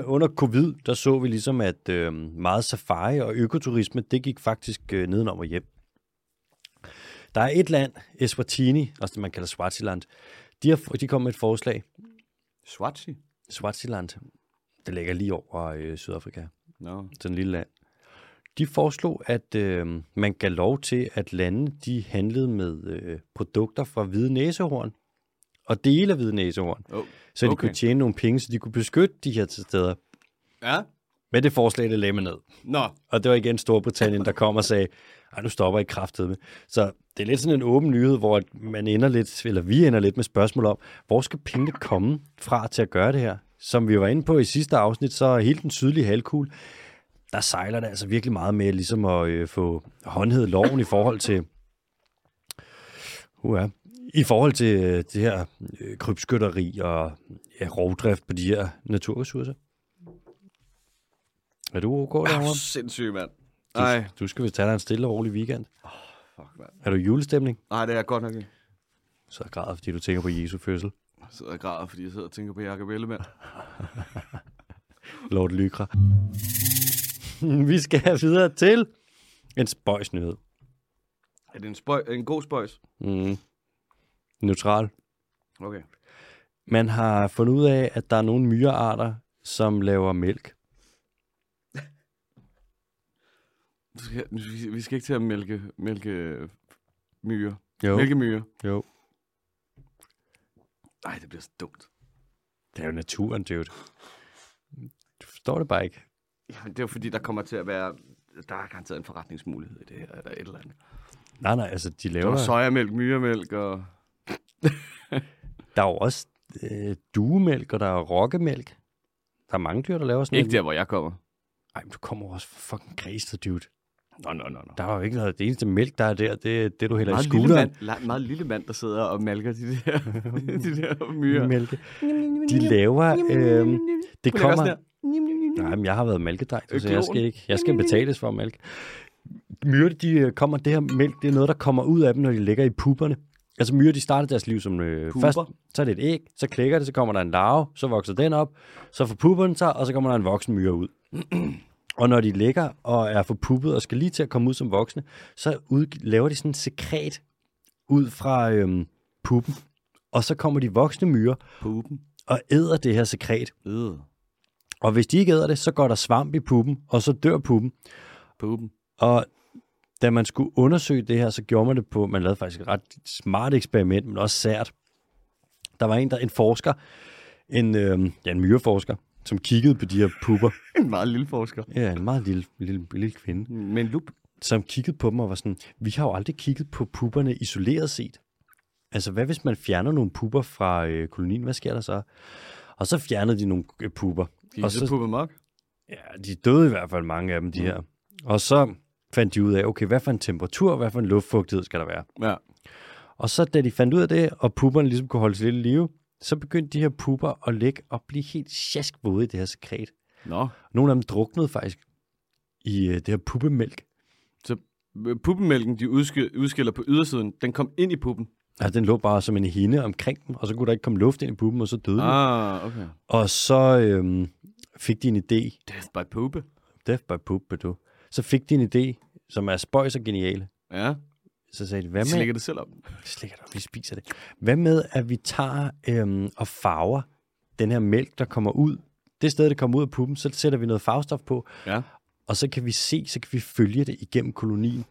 [SPEAKER 1] Under covid, der så vi ligesom, at øh, meget safari og økoturisme, det gik faktisk øh, nedenom og hjem. Der er et land, Eswatini, også det man kalder Swaziland, de, har, de kom med et forslag.
[SPEAKER 2] Swazi.
[SPEAKER 1] Swaziland, det ligger lige over øh, Sydafrika
[SPEAKER 2] Nå.
[SPEAKER 1] sådan en lille land. De foreslog, at øh, man gav lov til, at lande de handlede med øh, produkter fra hvide næsehorn og dele af hvide næsehorn,
[SPEAKER 2] Oh.
[SPEAKER 1] så de
[SPEAKER 2] Okay.
[SPEAKER 1] kunne tjene nogle penge, så de kunne beskytte de her til steder.
[SPEAKER 2] Ja?
[SPEAKER 1] Men det forslag, det lagde man ned.
[SPEAKER 2] Nå,
[SPEAKER 1] Og det var igen Storbritannien, der kom og sagde, at nu stopper I kraftet med. Så det er lidt sådan en åben nyhed, hvor at man ender lidt, eller vi ender lidt med spørgsmål om, hvor skal pengene komme fra til at gøre det her? Som vi var inde på i sidste afsnit, så er hele den sydlige halvkugle, der sejler det altså virkelig meget med ligesom at øh, få håndhed loven i forhold til Uha. I forhold til øh, det her øh, krybskytteri og ja, rovdrift på de her naturressourcer. Er du ok
[SPEAKER 2] du
[SPEAKER 1] derovre?
[SPEAKER 2] er sindssyg, mand. Nej,
[SPEAKER 1] Du skal vist tage dig en stille og rolig weekend.
[SPEAKER 2] fuck, mand.
[SPEAKER 1] Er du i julestemning?
[SPEAKER 2] Nej, det er jeg godt nok ikke.
[SPEAKER 1] Så græder, fordi du tænker på Jesu fødsel.
[SPEAKER 2] Jeg sidder og græder, fordi jeg sidder og tænker på Jacob Ellemann.
[SPEAKER 1] Lord Lykra. Vi skal videre til en spøjsnyhed.
[SPEAKER 2] Er det en, spøj, en god spøjs?
[SPEAKER 1] Mm. Neutral.
[SPEAKER 2] Okay.
[SPEAKER 1] Man har fundet ud af, at der er nogle myrearter, som laver mælk.
[SPEAKER 2] Nu skal- nu- vi- Vi skal ikke til at mælke, mælke øh, myrer.
[SPEAKER 1] Jo.
[SPEAKER 2] Mælkemyrer.
[SPEAKER 1] jo.
[SPEAKER 2] Nej, det bliver så dumt.
[SPEAKER 1] Det er jo naturen, dude. forstår det bare ikke.
[SPEAKER 2] Jamen, det er jo fordi, der kommer til at være... Der er garanteret en forretningsmulighed i det her, eller et eller andet.
[SPEAKER 1] Nej, nej, altså de
[SPEAKER 2] Der
[SPEAKER 1] laver...
[SPEAKER 2] er sojamælk, myremælk og...
[SPEAKER 1] Der er jo også øh, duemælk, og der er rokkemælk. Der er mange dyr, der laver sådan
[SPEAKER 2] Ikke der, hvor jeg kommer.
[SPEAKER 1] Ej, men du kommer også fra fucking Græsted, dude.
[SPEAKER 2] Nå, nå, nå, nå.
[SPEAKER 1] Der er jo ikke noget. Det eneste mælk, der er der, det er det, du hælder i
[SPEAKER 2] Meget lille,
[SPEAKER 1] skulderen.
[SPEAKER 2] mand, la- meget lille mand, der sidder og malker de der, de der myrer.
[SPEAKER 1] Mælke. De laver... Øh, det
[SPEAKER 2] Hun ligger
[SPEAKER 1] kommer...
[SPEAKER 2] også der.
[SPEAKER 1] Nej, men jeg har været mælkedreng, så
[SPEAKER 2] Øh,
[SPEAKER 1] jeg skal
[SPEAKER 2] kloen.
[SPEAKER 1] ikke. Jeg skal betales for mælk. Myrer, de øh, kommer, det her mælk, det er noget, der kommer ud af dem, når de ligger i pupperne. Altså myrer, de starter deres liv som øh,
[SPEAKER 2] Pupper.
[SPEAKER 1] først, så er det et æg, så klækker det, så kommer der en larve, så vokser den op, så får pupperne sig, og så kommer der en voksen myre ud. og når de ligger og er forpuppet og skal lige til at komme ud som voksne, så ud, laver de sådan en sekret ud fra øhm, puppen. Og så kommer de voksne myrer
[SPEAKER 2] Puben.
[SPEAKER 1] og æder det her sekret.
[SPEAKER 2] Øh.
[SPEAKER 1] Og hvis de ikke æder det, så går der svamp i puppen, og så dør puppen.
[SPEAKER 2] Puben.
[SPEAKER 1] Og da man skulle undersøge det her, så gjorde man det på, man lavede faktisk et ret smart eksperiment, men også sært. Der var en, der, en forsker, en, øh, ja, en myreforsker, som kiggede på de her pupper.
[SPEAKER 2] En meget lille forsker.
[SPEAKER 1] Ja, en meget lille, lille, lille kvinde,
[SPEAKER 2] Med en lup.
[SPEAKER 1] som kiggede på dem og var sådan, vi har jo aldrig kigget på pupperne isoleret set. Altså, hvad hvis man fjerner nogle pupper fra øh, kolonien? Hvad sker der så? Og så fjernede de nogle øh, pupper.
[SPEAKER 2] De
[SPEAKER 1] og
[SPEAKER 2] er så puppe mok.
[SPEAKER 1] Ja, de døde i hvert fald mange af dem, de her. Og så fandt de ud af, okay, hvad for en temperatur, hvad for en luftfugtighed skal der være?
[SPEAKER 2] Ja.
[SPEAKER 1] Og så da de fandt ud af det, og pupperne ligesom kunne holdes lidt i live, så begyndte de her pupper at ligge og blive helt sjaskvåde i det her sekret.
[SPEAKER 2] Nå.
[SPEAKER 1] Nogle af dem druknede faktisk i øh, det her puppemælk.
[SPEAKER 2] Så øh, puppemælken, de udskiller, udskiller på ydersiden, den kom ind i puppen.
[SPEAKER 1] Altså, den lå bare som en hinde omkring dem, og så kunne der ikke komme luft ind i puppen, og så døde ah.
[SPEAKER 2] Ah, okay.
[SPEAKER 1] Og så øhm, fik de en idé.
[SPEAKER 2] Death by puppe.
[SPEAKER 1] Death by poop, du. Så fik de en idé, som er spøjs og geniale.
[SPEAKER 2] Ja,
[SPEAKER 1] Så sagde de, hvad
[SPEAKER 2] de
[SPEAKER 1] med...
[SPEAKER 2] slikker det selv op.
[SPEAKER 1] Vi slikker det, vi spiser det. Hvad med, at vi tager øhm, og farver den her mælk, der kommer ud? Det sted, det kommer ud af puppen, så sætter vi noget farvestof på,
[SPEAKER 2] Ja.
[SPEAKER 1] og så kan vi se, så kan vi følge det igennem kolonien.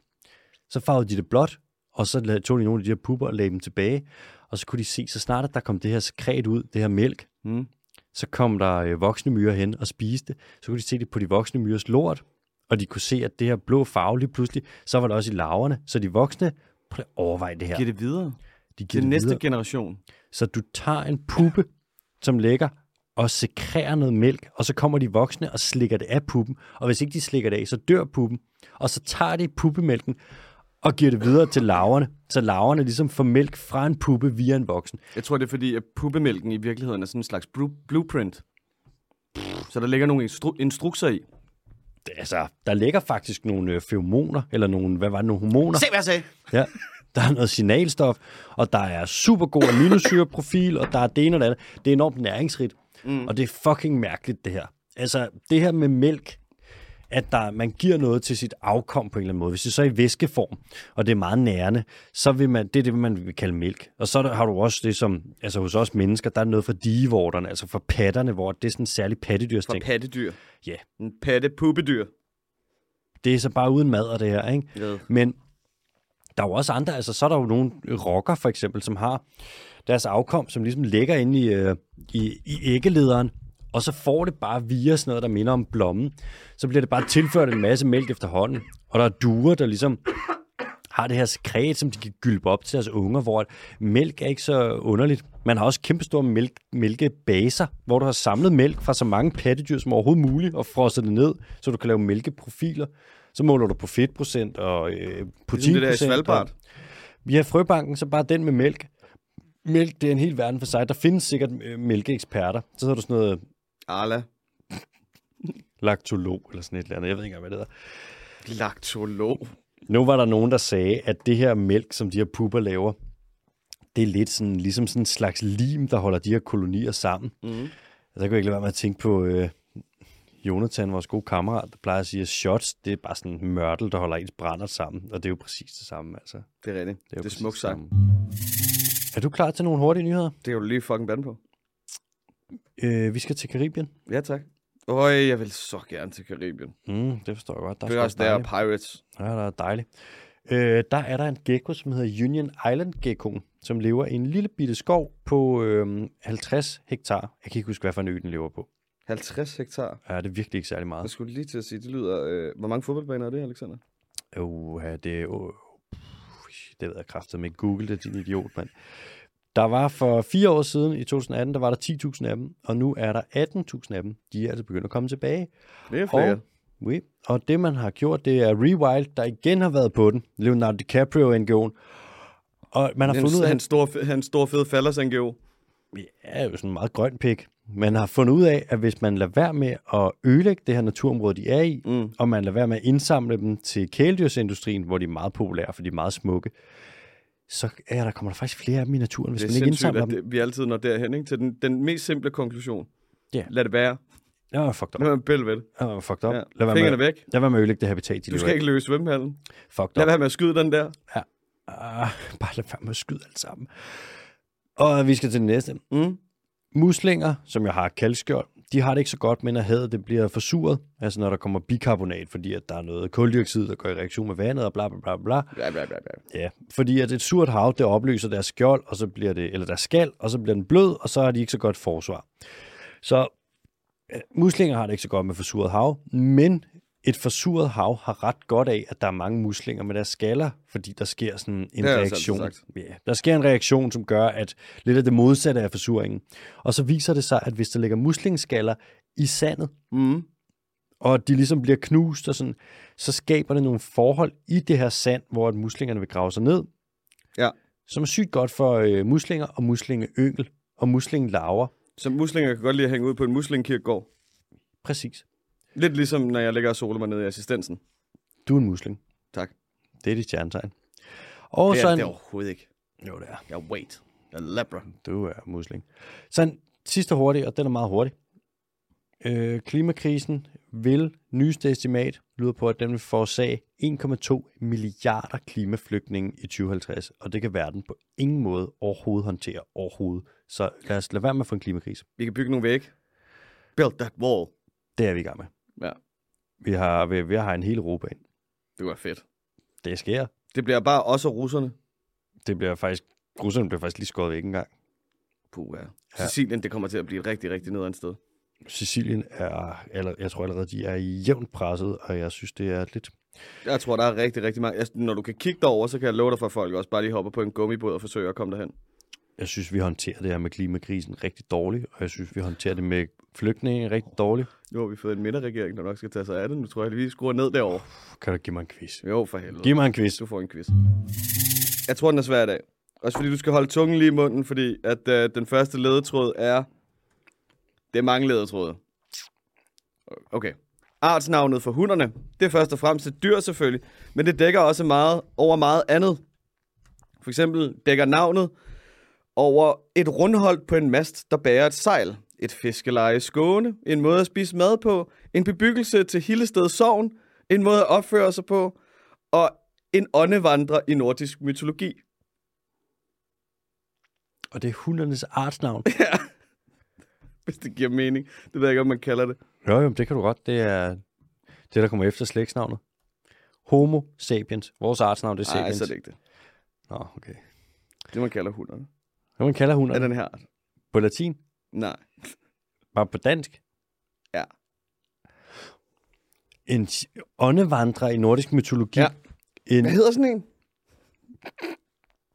[SPEAKER 1] Så farvede de det blåt, og så la- tog de nogle af de her pupper og lagde dem tilbage, og så kunne de se, så snart at der kom det her sekret ud, det her mælk,
[SPEAKER 2] Mm.
[SPEAKER 1] så kom der øh, voksne myrer hen og spiste det. Så kunne de se det på de voksne myres lort, og de kunne se, at det her blå farve lige pludselig, så var det også i larverne. Så de voksne, prøv lige at overveje det her.
[SPEAKER 2] Giv det videre.
[SPEAKER 1] De giver
[SPEAKER 2] Til
[SPEAKER 1] det
[SPEAKER 2] næste
[SPEAKER 1] videre.
[SPEAKER 2] generation.
[SPEAKER 1] Så du tager en puppe, som ligger og sekrerer noget mælk, og så kommer de voksne og slikker det af puppen. Og hvis ikke de slikker det af, så dør puppen. Og så tager de puppemælken og giver det videre til larverne, så larverne ligesom får mælk fra en puppe via en voksen.
[SPEAKER 2] Jeg tror, det er fordi, at puppemælken i virkeligheden er sådan en slags blu- blueprint. Så der ligger nogle instru- instrukser i.
[SPEAKER 1] Det, er altså, der ligger faktisk nogle øh, feromoner, eller nogle, hvad var det, nogle hormoner.
[SPEAKER 2] hvad jeg sagde.
[SPEAKER 1] Ja. Der er noget signalstof, og der er super god aminosyreprofil, og der er det ene og det andet. Det er enormt næringsrigt, mm. og det er fucking mærkeligt, det her. Altså, det her med mælk, at der, man giver noget til sit afkom på en eller anden måde. Hvis det så er i væskeform, og det er meget nærende, så vil man, det er det, man vil kalde mælk. Og så er der- har du også det, som altså hos os mennesker, der er noget fra digevorterne, altså fra patterne, hvor det er sådan en særlig
[SPEAKER 2] Fra
[SPEAKER 1] pattedyrsting.
[SPEAKER 2] pattedyr.
[SPEAKER 1] ja,
[SPEAKER 2] En patte puppedyr.
[SPEAKER 1] det er så bare uden mad og det her, ikke?
[SPEAKER 2] Ja.
[SPEAKER 1] Men der er jo også andre, altså så er der jo nogle rocker for eksempel, som har deres afkom, som ligesom ligger inde i, øh, i, i æggelederen, og så får det bare via sådan noget, der minder om blommen. Så bliver det bare tilført en masse mælk efterhånden. Og der er duer, der ligesom har det her sekret, som de kan gylpe op til deres unger, hvor at mælk er ikke så underligt. Man har også kæmpestore mælk, mælkebaser, hvor du har samlet mælk fra så mange pattedyr som overhovedet muligt, og frosset det ned, så du kan lave mælkeprofiler. Så måler du på fedtprocent og øh,
[SPEAKER 2] Ligesom det der i
[SPEAKER 1] proteinprocent. og-
[SPEAKER 2] Svalbard.
[SPEAKER 1] vi har frøbanken, så bare den med mælk. Mælk, det er en hel verden for sig. Der findes sikkert øh, mælkeeksperter. Så har du sådan noget
[SPEAKER 2] Arla.
[SPEAKER 1] laktolog eller sådan et eller andet. Jeg ved ikke engang, hvad det hedder.
[SPEAKER 2] Laktolog.
[SPEAKER 1] Nu var der nogen, der sagde, at det her mælk, som de her pupper laver, det er lidt sådan, ligesom sådan en slags lim, der holder de her kolonier sammen.
[SPEAKER 2] Mhm.
[SPEAKER 1] Mm. Så kan jeg ikke lade være med at tænke på øh, Jonathan, vores gode kammerat, der plejer at sige, at shots, det er bare sådan en mørtel, der holder ens brænder sammen. Og det er jo præcis det samme, altså. Det
[SPEAKER 2] Det er rigtigt.
[SPEAKER 1] er,
[SPEAKER 2] Det
[SPEAKER 1] jo
[SPEAKER 2] er, det er
[SPEAKER 1] præcis
[SPEAKER 2] smukt sagt.
[SPEAKER 1] samme. Er du klar til nogle hurtige nyheder?
[SPEAKER 2] Det kan du lige fucking bande på.
[SPEAKER 1] Øh, vi skal til Karibien.
[SPEAKER 2] Ja, tak. Øj, jeg vil så gerne til Karibien.
[SPEAKER 1] Mm, det forstår jeg godt. Der
[SPEAKER 2] Det er også der er
[SPEAKER 1] dejligt.
[SPEAKER 2] Pirates.
[SPEAKER 1] Ja, der er dejligt. Øh, der er der en gecko, som hedder Union Island geckoen, som øhm, lever i en lille bitte skov på øh, 50 hektar. Jeg kan ikke huske, hvad for en ø den lever på.
[SPEAKER 2] 50 hektar.
[SPEAKER 1] Ja, det er virkelig ikke særlig
[SPEAKER 2] Jeg
[SPEAKER 1] meget.
[SPEAKER 2] skulle lige til at sige, det lyder... Øh, hvor mange fodboldbaner er det, Alexander?
[SPEAKER 1] Uh, det er... Uh, det ved jeg kraftigt med. Google det, din idiot, mand. Der var for fire år siden, i 2018, der var der 10.000 af dem, og nu er der 18.000 af dem. De er altså begyndt at komme tilbage.
[SPEAKER 2] Det er flere.
[SPEAKER 1] Og, oui, og det, man har gjort, det er Rewild, der igen har været på den. Leonardo DiCaprio-NGO'en. Og man har
[SPEAKER 2] Han,
[SPEAKER 1] fundet ud af...
[SPEAKER 2] han, store, fe- han store fede falders NGO.
[SPEAKER 1] er jo sådan en meget grøn pik. Man har fundet ud af, at hvis man lader være med at ødelægge det her naturområde, de er i, mm. og man lader være med at indsamle dem til kæledyrsindustrien, hvor de er meget populære, for de er meget smukke, så er der, kommer der faktisk flere af dem i naturen, hvis
[SPEAKER 2] Det er
[SPEAKER 1] man ikke
[SPEAKER 2] sindssygt,
[SPEAKER 1] indsamler
[SPEAKER 2] at
[SPEAKER 1] dem.
[SPEAKER 2] det, vi altid når derhen, ikke? Til den, den mest simple konklusion.
[SPEAKER 1] Ja.
[SPEAKER 2] Lad det være.
[SPEAKER 1] Nå, man er fucked
[SPEAKER 2] Lad
[SPEAKER 1] up.
[SPEAKER 2] være med pille ved det.
[SPEAKER 1] Nå, man er fucked up.
[SPEAKER 2] Ja.
[SPEAKER 1] Lad, være
[SPEAKER 2] Fingrene
[SPEAKER 1] med,
[SPEAKER 2] væk.
[SPEAKER 1] lad være med at ødelægge det habitat, de
[SPEAKER 2] Du
[SPEAKER 1] lever
[SPEAKER 2] skal
[SPEAKER 1] i.
[SPEAKER 2] ikke løbe i svømmehallen.
[SPEAKER 1] Fucked
[SPEAKER 2] Lad
[SPEAKER 1] up.
[SPEAKER 2] være med at skyde den der.
[SPEAKER 1] Ah, bare lad være med at skyde alt sammen. Og vi skal til det næste.
[SPEAKER 2] Mm.
[SPEAKER 1] Muslinger, som jeg har kaldskjold, de har det ikke så godt med, når hadet det bliver forsuret, altså når der kommer bikarbonat, fordi at der er noget koldioxid, der går i reaktion med vandet og bla bla bla bla.
[SPEAKER 2] Bla, bla, bla, bla.
[SPEAKER 1] Ja, fordi at et surt hav, det opløser deres skjold, og så bliver det, eller deres skal, og så bliver den blød, og så har de ikke så godt forsvar. Så øh, muslinger har det ikke så godt med forsuret hav, men et forsuret hav har ret godt af, at der er mange muslinger med deres skaller, fordi der sker sådan en
[SPEAKER 2] Det har jeg også
[SPEAKER 1] reaktion.
[SPEAKER 2] altid
[SPEAKER 1] Ja, der sker en reaktion, som gør, at lidt af det modsatte er forsuringen. Og så viser det sig, at hvis der ligger muslingeskaller i sandet,
[SPEAKER 2] Mm.
[SPEAKER 1] og de ligesom bliver knust og sådan, så skaber det nogle forhold i det her sand, hvor at muslingerne vil grave sig ned,
[SPEAKER 2] Ja.
[SPEAKER 1] som er sygt godt for øh, muslinger og muslingeyngel og muslingelarver.
[SPEAKER 2] Så muslinger kan godt lide at hænge ud på en muslingkirkegård.
[SPEAKER 1] Præcis.
[SPEAKER 2] Lidt ligesom, når jeg ligger og soler mig ned i assistensen.
[SPEAKER 1] Du er en musling.
[SPEAKER 2] Tak.
[SPEAKER 1] Det er dit stjernetegn. Og
[SPEAKER 2] Det er
[SPEAKER 1] sådan...
[SPEAKER 2] det er overhovedet ikke.
[SPEAKER 1] Jo, det er.
[SPEAKER 2] Jeg er wait. Jeg er labra.
[SPEAKER 1] Du er musling. Sådan, sidste hurtigt, og den er meget hurtig. Øh, klimakrisen vil, nyeste estimat, lyder på, at den vil forårsage 1,2 milliarder klimaflygtninge i 2050, og det kan verden på ingen måde overhovedet håndtere overhovedet. Så lad os lade være med at få en klimakrise.
[SPEAKER 2] Vi kan bygge nogle vægge. Build that wall.
[SPEAKER 1] Det er vi i gang med.
[SPEAKER 2] Ja,
[SPEAKER 1] Vi har, vi, vi har en hel Europa ind.
[SPEAKER 2] det var fedt.
[SPEAKER 1] Det sker.
[SPEAKER 2] Det bliver bare også russerne.
[SPEAKER 1] Det bliver faktisk, russerne bliver faktisk lige skåret væk engang.
[SPEAKER 2] Puh, ja. Sicilien, det kommer til at blive et rigtig, rigtig nederen sted.
[SPEAKER 1] Sicilien er, eller, jeg tror allerede, de er jævnt presset, og jeg synes, det er lidt
[SPEAKER 2] Jeg tror, der er rigtig, rigtig mange. Altså, når du kan kigge derover, så kan jeg love dig for, at folk også bare lige hopper på en gummibåd og forsøger at komme derhen.
[SPEAKER 1] Jeg synes, vi håndterer det her med klimakrisen rigtig dårligt, og jeg synes, vi håndterer det med flygtninge rigtig dårligt.
[SPEAKER 2] Nu har vi fået en midterregering, der nok skal tage sig af det. Nu tror jeg, at vi skruer ned derovre.
[SPEAKER 1] Kan du give mig en quiz?
[SPEAKER 2] Jo, for helvede.
[SPEAKER 1] Giv mig en quiz.
[SPEAKER 2] Du får en quiz. Jeg tror, den er svær i dag. Også fordi du skal holde tungen lige i munden, fordi at øh, den første ledetråd er... Det er mange ledetråde. Okay. Artsnavnet for hunderne, det er først og fremmest et dyr selvfølgelig, men det dækker også meget over meget andet. For eksempel dækker navnet over et rundhold på en mast, der bærer et sejl, et fiskeleje i Skåne, en måde at spise mad på, en bebyggelse til Hillested Sogn, en måde at opføre sig på, og en åndevandrer i nordisk mytologi.
[SPEAKER 1] Og det er hundernes artsnavn.
[SPEAKER 2] Hvis det giver mening. Det ved jeg ikke, om man kalder det.
[SPEAKER 1] Nå, jo, det kan du godt. Det er det, der kommer efter slægtsnavnet. Homo sapiens. Vores artsnavn, det er
[SPEAKER 2] Nej,
[SPEAKER 1] sapiens.
[SPEAKER 2] så er det ikke det.
[SPEAKER 1] Nå, okay.
[SPEAKER 2] Det, man kalder hunderne.
[SPEAKER 1] Hvad man kalder
[SPEAKER 2] Er
[SPEAKER 1] hunderne?
[SPEAKER 2] den her art?
[SPEAKER 1] På latin?
[SPEAKER 2] Nej.
[SPEAKER 1] Bare på dansk?
[SPEAKER 2] Ja.
[SPEAKER 1] En s- åndevandrer i nordisk mytologi.
[SPEAKER 2] Ja.
[SPEAKER 1] En,
[SPEAKER 2] Hvad hedder sådan en?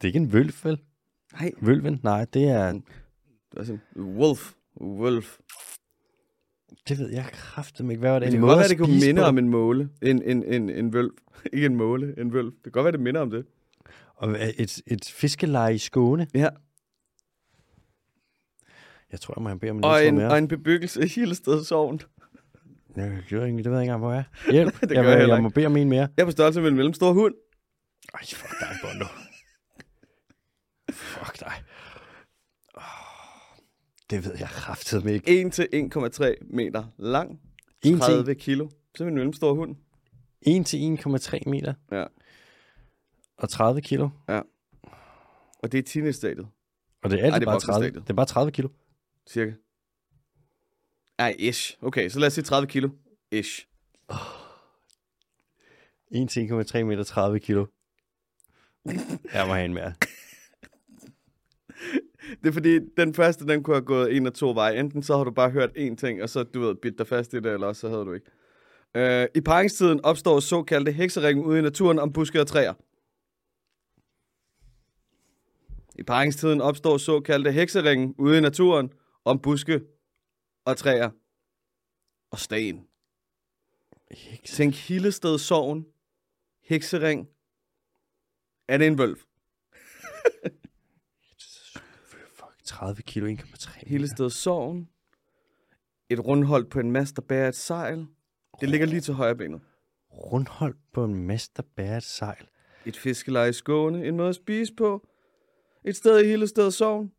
[SPEAKER 1] det er ikke en vølv, vel?
[SPEAKER 2] Nej.
[SPEAKER 1] Vølven? Nej, det er...
[SPEAKER 2] Det er sådan en wolf. Wolf.
[SPEAKER 1] Det ved jeg kraftedeme ikke. Hvad var det?
[SPEAKER 2] Det
[SPEAKER 1] En
[SPEAKER 2] kan
[SPEAKER 1] måde
[SPEAKER 2] godt være,
[SPEAKER 1] at
[SPEAKER 2] det kunne
[SPEAKER 1] spise
[SPEAKER 2] minde
[SPEAKER 1] på?
[SPEAKER 2] om en måle. En, en, en, en vølv. Ikke en måle, en vølv. Det kan godt være, det minder om det.
[SPEAKER 1] Og hvad- et, et fiskeleje i Skåne.
[SPEAKER 2] Ja.
[SPEAKER 1] Jeg tror, jeg må have bedt om en
[SPEAKER 2] Og
[SPEAKER 1] ledtråd
[SPEAKER 2] en,
[SPEAKER 1] mere.
[SPEAKER 2] og en bebyggelse i Hillested Sogn.
[SPEAKER 1] Jeg gjorde ikke, det ved jeg ikke engang, hvor jeg er. Hjælp,
[SPEAKER 2] Det
[SPEAKER 1] det
[SPEAKER 2] gør
[SPEAKER 1] jeg,
[SPEAKER 2] jeg
[SPEAKER 1] jeg,
[SPEAKER 2] heller
[SPEAKER 1] jeg må bede om en mere.
[SPEAKER 2] Jeg er på størrelse med en mellemstor hund.
[SPEAKER 1] Ej, fuck dig, Bondo. fuck dig. Åh, Det ved jeg kraftedeme ikke.
[SPEAKER 2] 1 til 1,3 meter lang.
[SPEAKER 1] 1 til,
[SPEAKER 2] 30 kilo. Så er vi en mellemstor hund.
[SPEAKER 1] 1 til 1,3 meter
[SPEAKER 2] Ja.
[SPEAKER 1] og 30 kilo.
[SPEAKER 2] Og det er teenage-stadiet.
[SPEAKER 1] Og det er, altid
[SPEAKER 2] Ej, det er
[SPEAKER 1] bare 30,
[SPEAKER 2] voksenstadiet.
[SPEAKER 1] det er bare 30 kilo.
[SPEAKER 2] Cirka. Ej, ish. Okay, så lad os sige 30 kilo. Ish.
[SPEAKER 1] 1 til 1,3 meter, 30 kilo. Jeg må have en mere.
[SPEAKER 2] Det er fordi, den første, den kunne have gået en af to veje. Enten så har du bare hørt én ting, og så, du ved, bidt dig fast i det, eller også så havde du ikke. Øh, I paringstiden opstår såkaldte hekseringen ude i naturen om buske og træer. I paringstiden opstår såkaldte hekseringen ude i naturen om buske og træer og sten. Tænk Hillested Sogn, heksering. Er det en vølv?
[SPEAKER 1] 30 kilo, 1,3.
[SPEAKER 2] Hillested Sogn. Et rundhold på en mast, der bærer et sejl. Det ligger lige til højre benet.
[SPEAKER 1] Rundhold på en mast, der bærer et sejl.
[SPEAKER 2] Et fiskeleje i Skåne, en måde at spise på. Et sted i Hillested Sogn.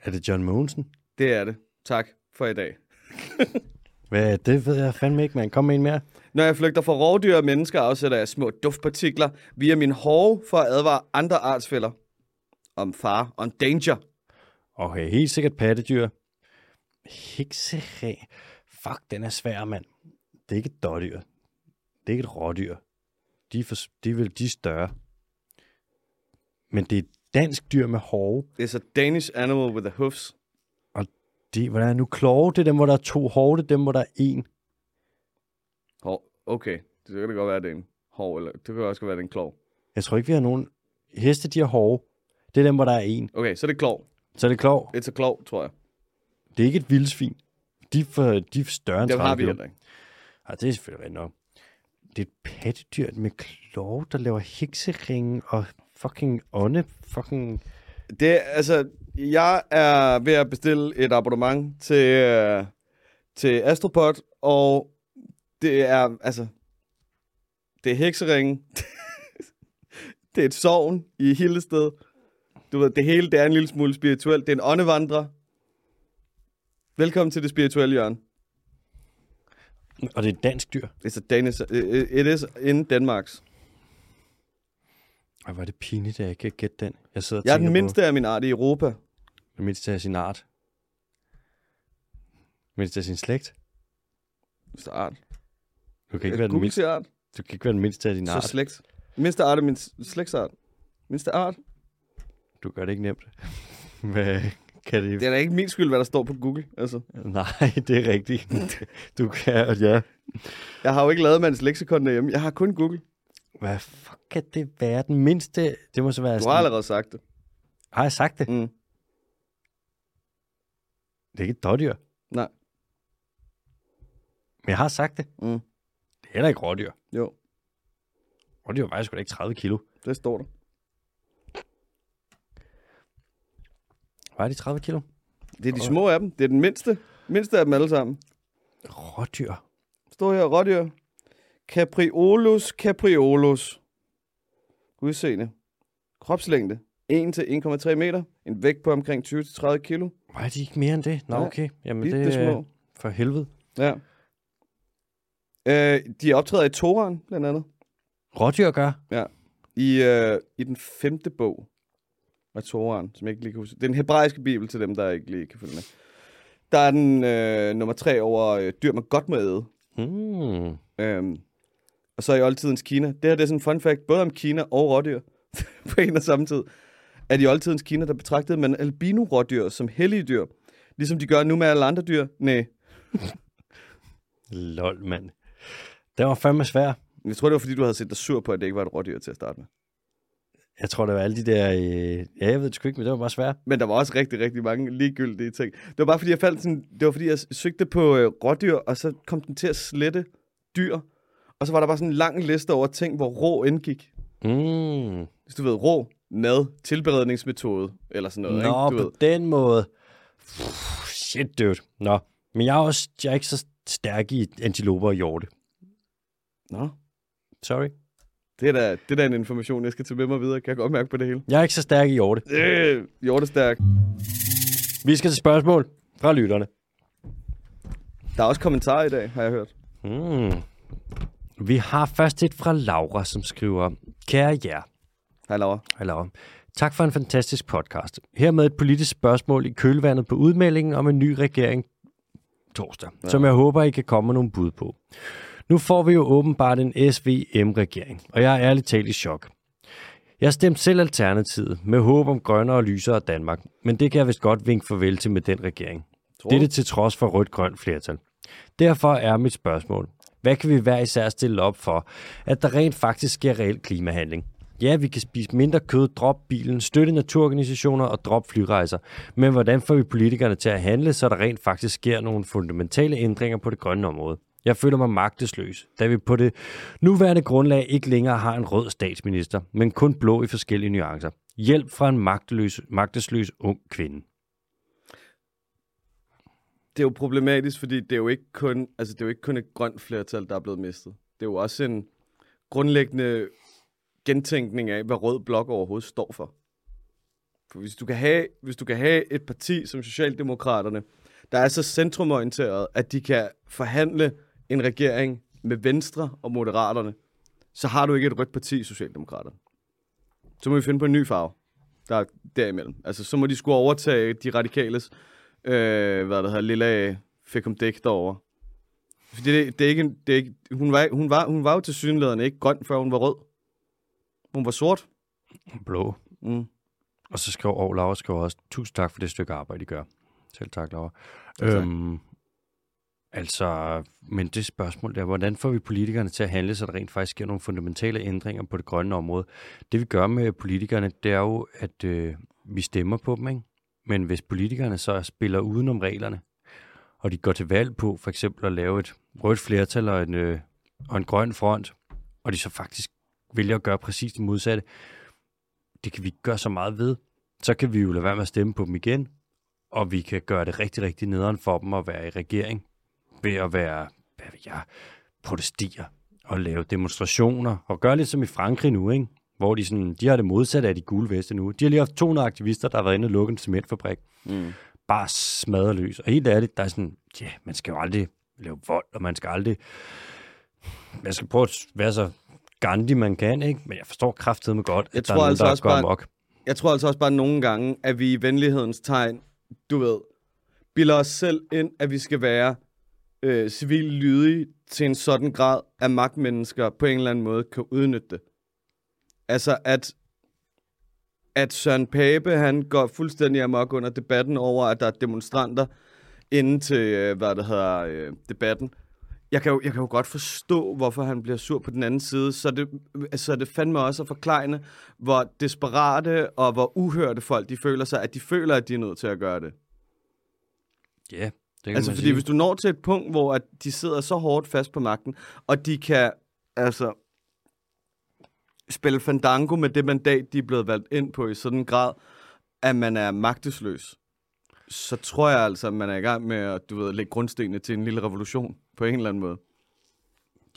[SPEAKER 1] Er det John Mogensen?
[SPEAKER 2] Det er det. Tak for i dag.
[SPEAKER 1] Hvad, det ved jeg fandme ikke, man. Kom med en mere.
[SPEAKER 2] Når jeg flygter fra rovdyr og mennesker, afsætter jeg små duftpartikler via min hårde for at advare andre artsfælder. Om far, om danger.
[SPEAKER 1] Okay, øh, helt sikkert pattedyr. Hekseræ. Fuck, den er svær, mand. Det er ikke et dårdyr. Det er ikke et rådyr. De er, for, de er vel de er større. Men det er et dansk dyr med hove.
[SPEAKER 2] It's a Danish animal with the hoofs.
[SPEAKER 1] Og de, hvordan er nu kloge? Det er dem, hvor der er to hove. Det er dem, hvor der er en.
[SPEAKER 2] Hår. Okay, det kan det godt være, at det er en hår, eller det kan også godt være, at det er en klov.
[SPEAKER 1] Jeg tror ikke, vi har nogen... Heste, de har hove. Det er dem, hvor der er en.
[SPEAKER 2] Okay, så er det klov.
[SPEAKER 1] Så er det klog.
[SPEAKER 2] It's a klov, tror jeg.
[SPEAKER 1] Det er ikke et vildsvin. De er, for, de er større end
[SPEAKER 2] Dem har
[SPEAKER 1] 30
[SPEAKER 2] vi
[SPEAKER 1] kilo.
[SPEAKER 2] heller ikke.
[SPEAKER 1] Ja, det er selvfølgelig rigtigt nok. Det er et pattedyr med klove, der laver hekseringe og fucking ånde. Fucking...
[SPEAKER 2] Det, er- altså, jeg er ved at bestille et abonnement til, øh, til Astropod, og det er, altså, det er hekseringen. det er et sovn i Hillested. Du ved, det hele, det er en lille smule spirituelt. Det er en åndevandrer. Velkommen til det spirituelle hjørne.
[SPEAKER 1] Og det er et dansk dyr.
[SPEAKER 2] It's a Danish, it is in Danmarks.
[SPEAKER 1] Ej, hvor er det pinligt, at jeg ikke kan gætte den. Jeg sidder og
[SPEAKER 2] Jeg er
[SPEAKER 1] tænker
[SPEAKER 2] den mindste af min art i Europa.
[SPEAKER 1] På, den mindste af sin art. Den mindste af sin slægt.
[SPEAKER 2] Mindste art.
[SPEAKER 1] Du kan ikke, være den,
[SPEAKER 2] Google
[SPEAKER 1] mindste,
[SPEAKER 2] til art.
[SPEAKER 1] du kan ikke være den mindste af din
[SPEAKER 2] Så
[SPEAKER 1] art.
[SPEAKER 2] slægt. Mindste art er min s- slægtsart. Mindste art.
[SPEAKER 1] Du gør det ikke nemt. Hvad kan det...
[SPEAKER 2] Det er da ikke min skyld, hvad der står på Google. Altså,
[SPEAKER 1] Nej, det er rigtigt. Du kan, og ja.
[SPEAKER 2] jeg har jo ikke lavet mands leksikon derhjemme. Jeg har kun Google.
[SPEAKER 1] Hvad fuck kan det være? Den mindste... Det må så være...
[SPEAKER 2] Du har
[SPEAKER 1] sådan-
[SPEAKER 2] allerede sagt det.
[SPEAKER 1] Har jeg sagt det?
[SPEAKER 2] Mm.
[SPEAKER 1] Det er ikke et dårdyr.
[SPEAKER 2] Nej.
[SPEAKER 1] Men jeg har sagt det.
[SPEAKER 2] Mm.
[SPEAKER 1] Det er heller ikke rådyr.
[SPEAKER 2] Jo,
[SPEAKER 1] Rådyr vejer sgu da ikke 30 kilo.
[SPEAKER 2] det står der.
[SPEAKER 1] Vejer de 30 kilo?
[SPEAKER 2] Det er de små af dem. Det er den mindste. Mindste af dem alle sammen.
[SPEAKER 1] Rådyr.
[SPEAKER 2] Står her, rådyr. Capriolus capriolus. Udseende. Kropslængde. 1 til 1,3 meter. En vægt på omkring 20 til 30 kilo.
[SPEAKER 1] Vejer de ikke mere end det? Nå,
[SPEAKER 2] Nej,
[SPEAKER 1] okay. Jamen,
[SPEAKER 2] Bitte
[SPEAKER 1] det er
[SPEAKER 2] små.
[SPEAKER 1] for helvede.
[SPEAKER 2] Ja. Øh, de optræder i Toran, blandt andet.
[SPEAKER 1] Rådyr gør.
[SPEAKER 2] I, øh, I den femte bog af Toran, som jeg ikke lige kan huske. Det er den hebraiske bibel til dem, der ikke lige kan følge med. Der er den øh, nummer tre over øh, dyr, man godt må æde.
[SPEAKER 1] Mm.
[SPEAKER 2] Øhm, og så i oldtidens Kina. Det her det er sådan en fun fact, både om Kina og rådyr på en og samme tid. At i oldtidens Kina, der betragtede man albino-rådyr som hellige dyr. Ligesom de gør nu med alle andre dyr. Nej,
[SPEAKER 1] Lol, mand. Den var fandme svær.
[SPEAKER 2] jeg tror, det var fordi, du havde set dig sur på, at det ikke var et rådyr til at starte med.
[SPEAKER 1] Jeg tror, der var alle de der... Øh... Ja, jeg ved det sgu ikke, men det var bare svært.
[SPEAKER 2] Men der var også rigtig, rigtig mange ligegyldige ting. Det var bare fordi, jeg faldt sådan, det var fordi, jeg søgte på øh, rådyr, og så kom den til at slette dyr. Og så var der bare sådan en lang liste over ting, hvor rå indgik.
[SPEAKER 1] Mm.
[SPEAKER 2] Hvis du ved, rå, mad, tilberedningsmetode, eller sådan noget.
[SPEAKER 1] Nå,
[SPEAKER 2] ikke? Du
[SPEAKER 1] på
[SPEAKER 2] ved.
[SPEAKER 1] den måde. Pff, Shit, dude. Nå, men jeg er også jeg er ikke så stærk i antiloper og hjorte.
[SPEAKER 2] Nå,
[SPEAKER 1] Sorry.
[SPEAKER 2] det er, da, det er da en information, jeg skal tage med mig videre. Kan jeg godt mærke på det hele.
[SPEAKER 1] Jeg er ikke så stærk i hjorte.
[SPEAKER 2] Øh, Hjortestærk.
[SPEAKER 1] Vi skal til spørgsmål fra lytterne.
[SPEAKER 2] Der er også kommentarer i dag, har jeg hørt.
[SPEAKER 1] Mm. Vi har først et fra Laura, som skriver, Kære jer,
[SPEAKER 2] Hej, Laura.
[SPEAKER 1] Hej, Laura. Tak for en fantastisk podcast. Hermed et politisk spørgsmål i kølvandet på udmeldingen om en ny regering torsdag, ja. som jeg håber, I kan komme nogle bud på. Nu får vi jo åbenbart en SVM-regering, og jeg er ærligt talt i chok. Jeg stemte selv Alternativet med håb om grønnere og lysere Danmark, men det kan jeg vist godt vinke farvel til med den regering.
[SPEAKER 2] Tror du?
[SPEAKER 1] Dette til trods for rødt-grønt flertal. Derfor er mit spørgsmål, hvad kan vi hver især stille op for, at der rent faktisk sker reel klimahandling? Ja, vi kan spise mindre kød, droppe bilen, støtte naturorganisationer og droppe flyrejser. Men hvordan får vi politikerne til at handle, så der rent faktisk sker nogle fundamentale ændringer på det grønne område? Jeg føler mig magtesløs, da vi på det nuværende grundlag ikke længere har en rød statsminister, men kun blå i forskellige nuancer. Hjælp fra en magtesløs, magtesløs ung kvinde.
[SPEAKER 2] det er jo problematisk, fordi det er jo ikke kun, altså det er jo ikke kun et grønt flertal, der er blevet mistet. Det er jo også en grundlæggende gentænkning af, hvad rød blok overhovedet står for. For hvis du kan have, hvis du kan have et parti som Socialdemokraterne, der er så centrumorienteret, at de kan forhandle en regering med Venstre og Moderaterne, så har du ikke et rødt parti i Socialdemokraterne. Så må vi finde på en ny farve, der er derimellem. Altså, så må de skulle overtage de radikales øh, hvad det hedder, lille fik om dæk derovre. Fordi det, det, er ikke, en- det er ikke, hun, var, hun, var, hun var jo til synligheden ikke grøn, før hun var rød. Hun var sort.
[SPEAKER 1] Blå.
[SPEAKER 2] Mm.
[SPEAKER 1] Og så skrev og Laura skrev også, tusind tak for det stykke arbejde, I gør. Selv tak, Laura.
[SPEAKER 2] tak.
[SPEAKER 1] Øhm, altså, men det spørgsmål der, hvordan får vi politikerne til at handle, så der rent faktisk sker nogle fundamentale ændringer på det grønne område? Det vi gør med politikerne, det er jo, at øh, vi stemmer på dem, ikke? Men hvis politikerne så spiller udenom reglerne, og de går til valg på for eksempel at lave et rødt flertal og en, øh, og en grøn front, og de så faktisk vælger at gøre præcis det modsatte, det kan vi ikke gøre så meget ved. Så kan vi jo lade være med at stemme på dem igen, og vi kan gøre det rigtig, rigtig nederen for dem at være i regering, ved at være, hvad ved jeg, protestere og lave demonstrationer, og gøre lidt som i Frankrig nu, ikke? hvor de, sådan, de har det modsatte af de gule veste nu. De har lige haft 200 aktivister, der har været inde og lukke en cementfabrik.
[SPEAKER 2] Mm.
[SPEAKER 1] Bare smadret løs. Og helt ærligt, der er sådan, ja, yeah, man skal jo aldrig lave vold, og man skal aldrig... Man skal prøve at være så Gandhi, man kan, ikke? Men jeg forstår kraftedeme godt, at
[SPEAKER 2] Jeg
[SPEAKER 1] der
[SPEAKER 2] tror
[SPEAKER 1] er nogen,
[SPEAKER 2] altså
[SPEAKER 1] der
[SPEAKER 2] også
[SPEAKER 1] går
[SPEAKER 2] bare-
[SPEAKER 1] amok.
[SPEAKER 2] Jeg tror altså også bare nogle gange, at vi i venlighedens tegn, du ved, bilder os selv ind, at vi skal være øh, civil lydige til en sådan grad, at magtmennesker på en eller anden måde kan udnytte det. Altså at, at Søren Pape, han går fuldstændig amok under debatten over, at der er demonstranter inden til, øh, hvad det hedder, øh, debatten. Jeg kan, jo, jeg kan jo godt forstå, hvorfor han bliver sur på den anden side, så er det, så er det fandme også at forklejne, hvor desperate og hvor uhørte folk de føler sig, at de føler, at de er nødt til at gøre det.
[SPEAKER 1] Ja, yeah, det kan
[SPEAKER 2] Altså,
[SPEAKER 1] man
[SPEAKER 2] fordi
[SPEAKER 1] sige.
[SPEAKER 2] hvis du når til et punkt, hvor at de sidder så hårdt fast på magten, og de kan, altså, spille fandango med det mandat, de er blevet valgt ind på i sådan en grad, at man er magtesløs, så tror jeg altså, at man er i gang med at, du ved, lægge grundstenene til en lille revolution på en eller anden måde.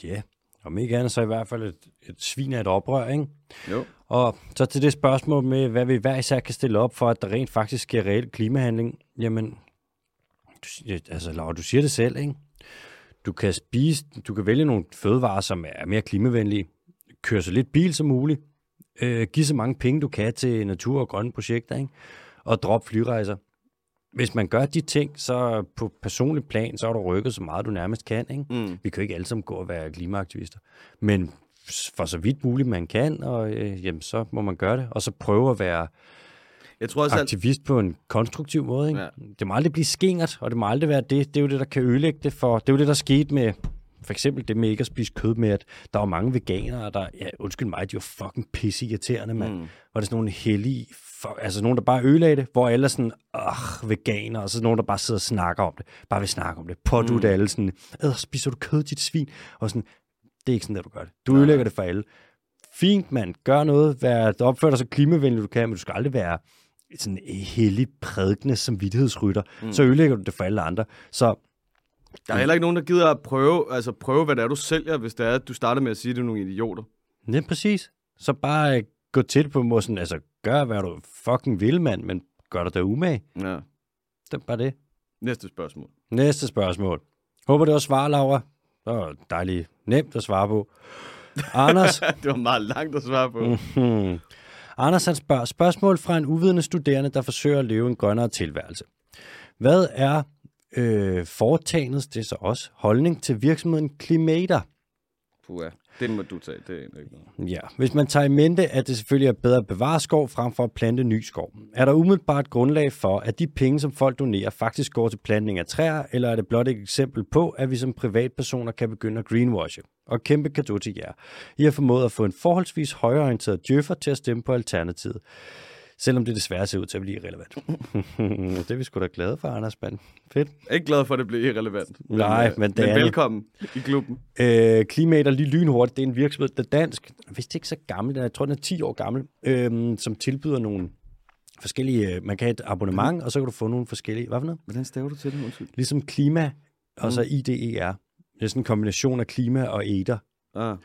[SPEAKER 1] Ja, om ikke andet så i hvert fald et, et svin af et oprør, ikke?
[SPEAKER 2] Jo.
[SPEAKER 1] Og så til det spørgsmål med, hvad vi hver især kan stille op for, at der rent faktisk sker reel klimahandling. Jamen, du, siger- altså Laura, du siger det selv, ikke? Du kan spise, du kan vælge nogle fødevarer, som er mere klimavenlige. Kør så lidt bil som muligt. Øh, giv så mange penge, du kan til natur- og grønne projekter, ikke? Og drop flyrejser. Hvis man gør de ting, så på personlig plan, så har du rykket så meget, du nærmest kan, ikke?
[SPEAKER 2] Mm.
[SPEAKER 1] Vi kan jo ikke alle sammen gå og være klimaaktivister. Men for så vidt muligt man kan, og øh, jamen, så må man gøre det. Og så prøve at være
[SPEAKER 2] Jeg tror også, at,
[SPEAKER 1] aktivist på en konstruktiv måde. Ikke?
[SPEAKER 2] Ja.
[SPEAKER 1] Det må aldrig blive skingert, og det må aldrig være det. Det er jo det, der kan ødelægge det for. Det er jo det, der skete med for eksempel det med ikke at spise kød med, at der var mange veganere, der, ja, undskyld mig, de var fucking pisse irriterende, mand. Mm. Var det sådan nogle hellige, fuck, altså nogen, der bare ødelagde det, hvor alle er sådan, ah, veganer, og så nogen, der bare sidder og snakker om det, bare vil snakke om det, pådutte mm. alle sådan, æder, spiser du kød, dit svin, og sådan, det er ikke sådan, at du gør det. Du ødelægger det for alle. Fint, mand. Gør noget. Vær, opfør dig så klimavenligt, du kan, men du skal aldrig være sådan en hellig prædikende som vidtighedsrytter. Mm. Så ødelægger du det for alle andre. Så
[SPEAKER 2] der er heller ikke nogen, der gider at prøve, altså prøve, hvad det er, du sælger, hvis det er, at du starter med at sige, at det er nogle idioter.
[SPEAKER 1] ja, præcis. Så bare øh, gå tæt på mod sådan, altså gør, hvad du fucking vil, mand, men gør dig da umage.
[SPEAKER 2] Ja.
[SPEAKER 1] Det er bare det.
[SPEAKER 2] Næste spørgsmål.
[SPEAKER 1] Næste spørgsmål. Håber det var svar, Laura. Det var dejligt nemt at svare på. Anders,
[SPEAKER 2] det var meget langt at svare på. Mm.
[SPEAKER 1] Hmm. Anders han spørger, spørgsmål fra en uvidende studerende, der forsøger at leve en grønnere tilværelse. Hvad er øh, foretagets, det er så også, holdning til virksomheden Klimater?
[SPEAKER 2] Puha. Den må du tage. Det er ikke noget.
[SPEAKER 1] Ja, hvis man tager i mente, at det selvfølgelig er bedre at bevare skov frem for at plante ny skov, er der umiddelbart grundlag for, at de penge, som folk donerer, faktisk går til plantning af træer, eller er det blot et eksempel på, at vi som privatpersoner kan begynde at greenwashe? Og kæmpe kado til jer. I har formået at få en forholdsvis højorienteret djøffer til at stemme på Alternativet. Selvom det desværre ser ud til at blive irrelevant. det er vi sgu da glade for, Anders Mand. Fedt.
[SPEAKER 2] Jeg er ikke glad for, at det bliver irrelevant.
[SPEAKER 1] Nej,
[SPEAKER 2] øh,
[SPEAKER 1] men det er
[SPEAKER 2] men
[SPEAKER 1] det.
[SPEAKER 2] velkommen i klubben.
[SPEAKER 1] Øh, Klimater lige lynhurtigt, det er en virksomhed, der er dansk, hvis det ikke så gammel, den er- jeg tror, den er 10 år gammel, øh, som tilbyder nogle forskellige, øh, man kan have et abonnement, og så kan du få nogle forskellige, hvad for noget?
[SPEAKER 2] Hvordan staver du til det, undskyld?
[SPEAKER 1] Ligesom klima, og så IDER. Det er sådan en kombination af klima og æder.
[SPEAKER 2] Ah.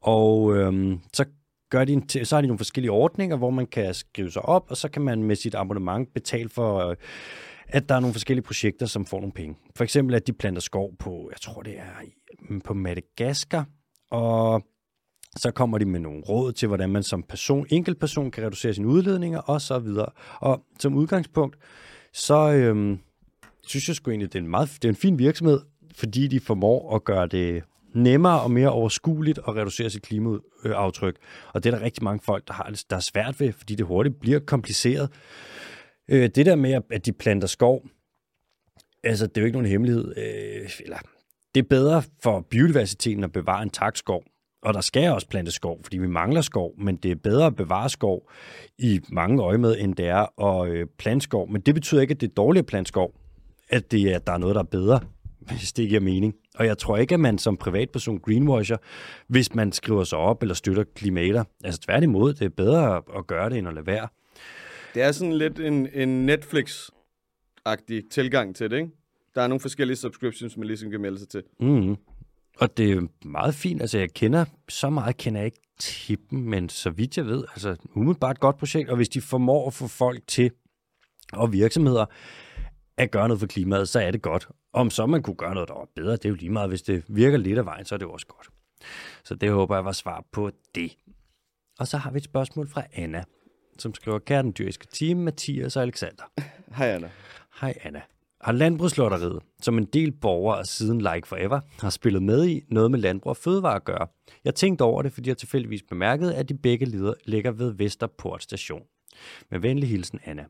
[SPEAKER 1] Og øhm, så, gør de en t- så har de nogle forskellige ordninger, hvor man kan skrive sig op, og så kan man med sit abonnement betale for, øh, at der er nogle forskellige projekter, som får nogle penge. For eksempel, at de planter skov på, jeg tror det er i- mm, på Madagaskar, og så kommer de med nogle råd til, hvordan man som person, enkeltperson kan reducere sine udledninger, og så videre. Og som udgangspunkt, så øhm, synes jeg sgu egentlig, det er, en meget, det er en fin virksomhed, fordi de formår at gøre det nemmere og mere overskueligt at reducere sit klimaaftryk. Og det er der rigtig mange folk, der har det- der er svært ved, fordi det hurtigt bliver kompliceret. Øh, det der med, at de planter skov, altså det er jo ikke nogen hemmelighed. Øh, eller, det er bedre for biodiversiteten at bevare en takskov. Og der skal også plantes skov, fordi vi mangler skov, men det er bedre at bevare skov i mange øje med, end det er at øh, plante skov. Men det betyder ikke, at det er dårligt at plante skov at, det, at der er noget, der er bedre, hvis det giver mening. Og jeg tror ikke, at man som privatperson greenwasher, hvis man skriver sig op eller støtter klimater. Altså tværtimod, det er bedre at- at gøre det, end at lade være.
[SPEAKER 2] Det er sådan lidt en, en Netflix-agtig tilgang til det, ikke? Der er nogle forskellige subscriptions, man ligesom kan melde sig til.
[SPEAKER 1] Mm. Og det er meget fint. Altså, jeg kender så meget, kender jeg ikke til dem, men så vidt jeg ved, altså umiddelbart et godt projekt. Og hvis de formår at få folk til og virksomheder at gøre noget for klimaet, så er det godt. Om så man kunne gøre noget, der var bedre, det er jo lige meget. Hvis det virker lidt af vejen, så er det jo også godt. Så det håber jeg var svar på det. Og så har vi et spørgsmål fra Anna, som skriver, kære den dyriske team, Mathias og Alexander.
[SPEAKER 2] Hej, Anna.
[SPEAKER 1] Hej Anna. Har Landbrugslotteriet, som en del borgere siden Like Forever, har spillet med i noget med landbrug og fødevare at gøre? Jeg tænkte over det, fordi jeg tilfældigvis bemærkede, at de begge leder ligger ved Vesterport station. Med venlig hilsen, Anna.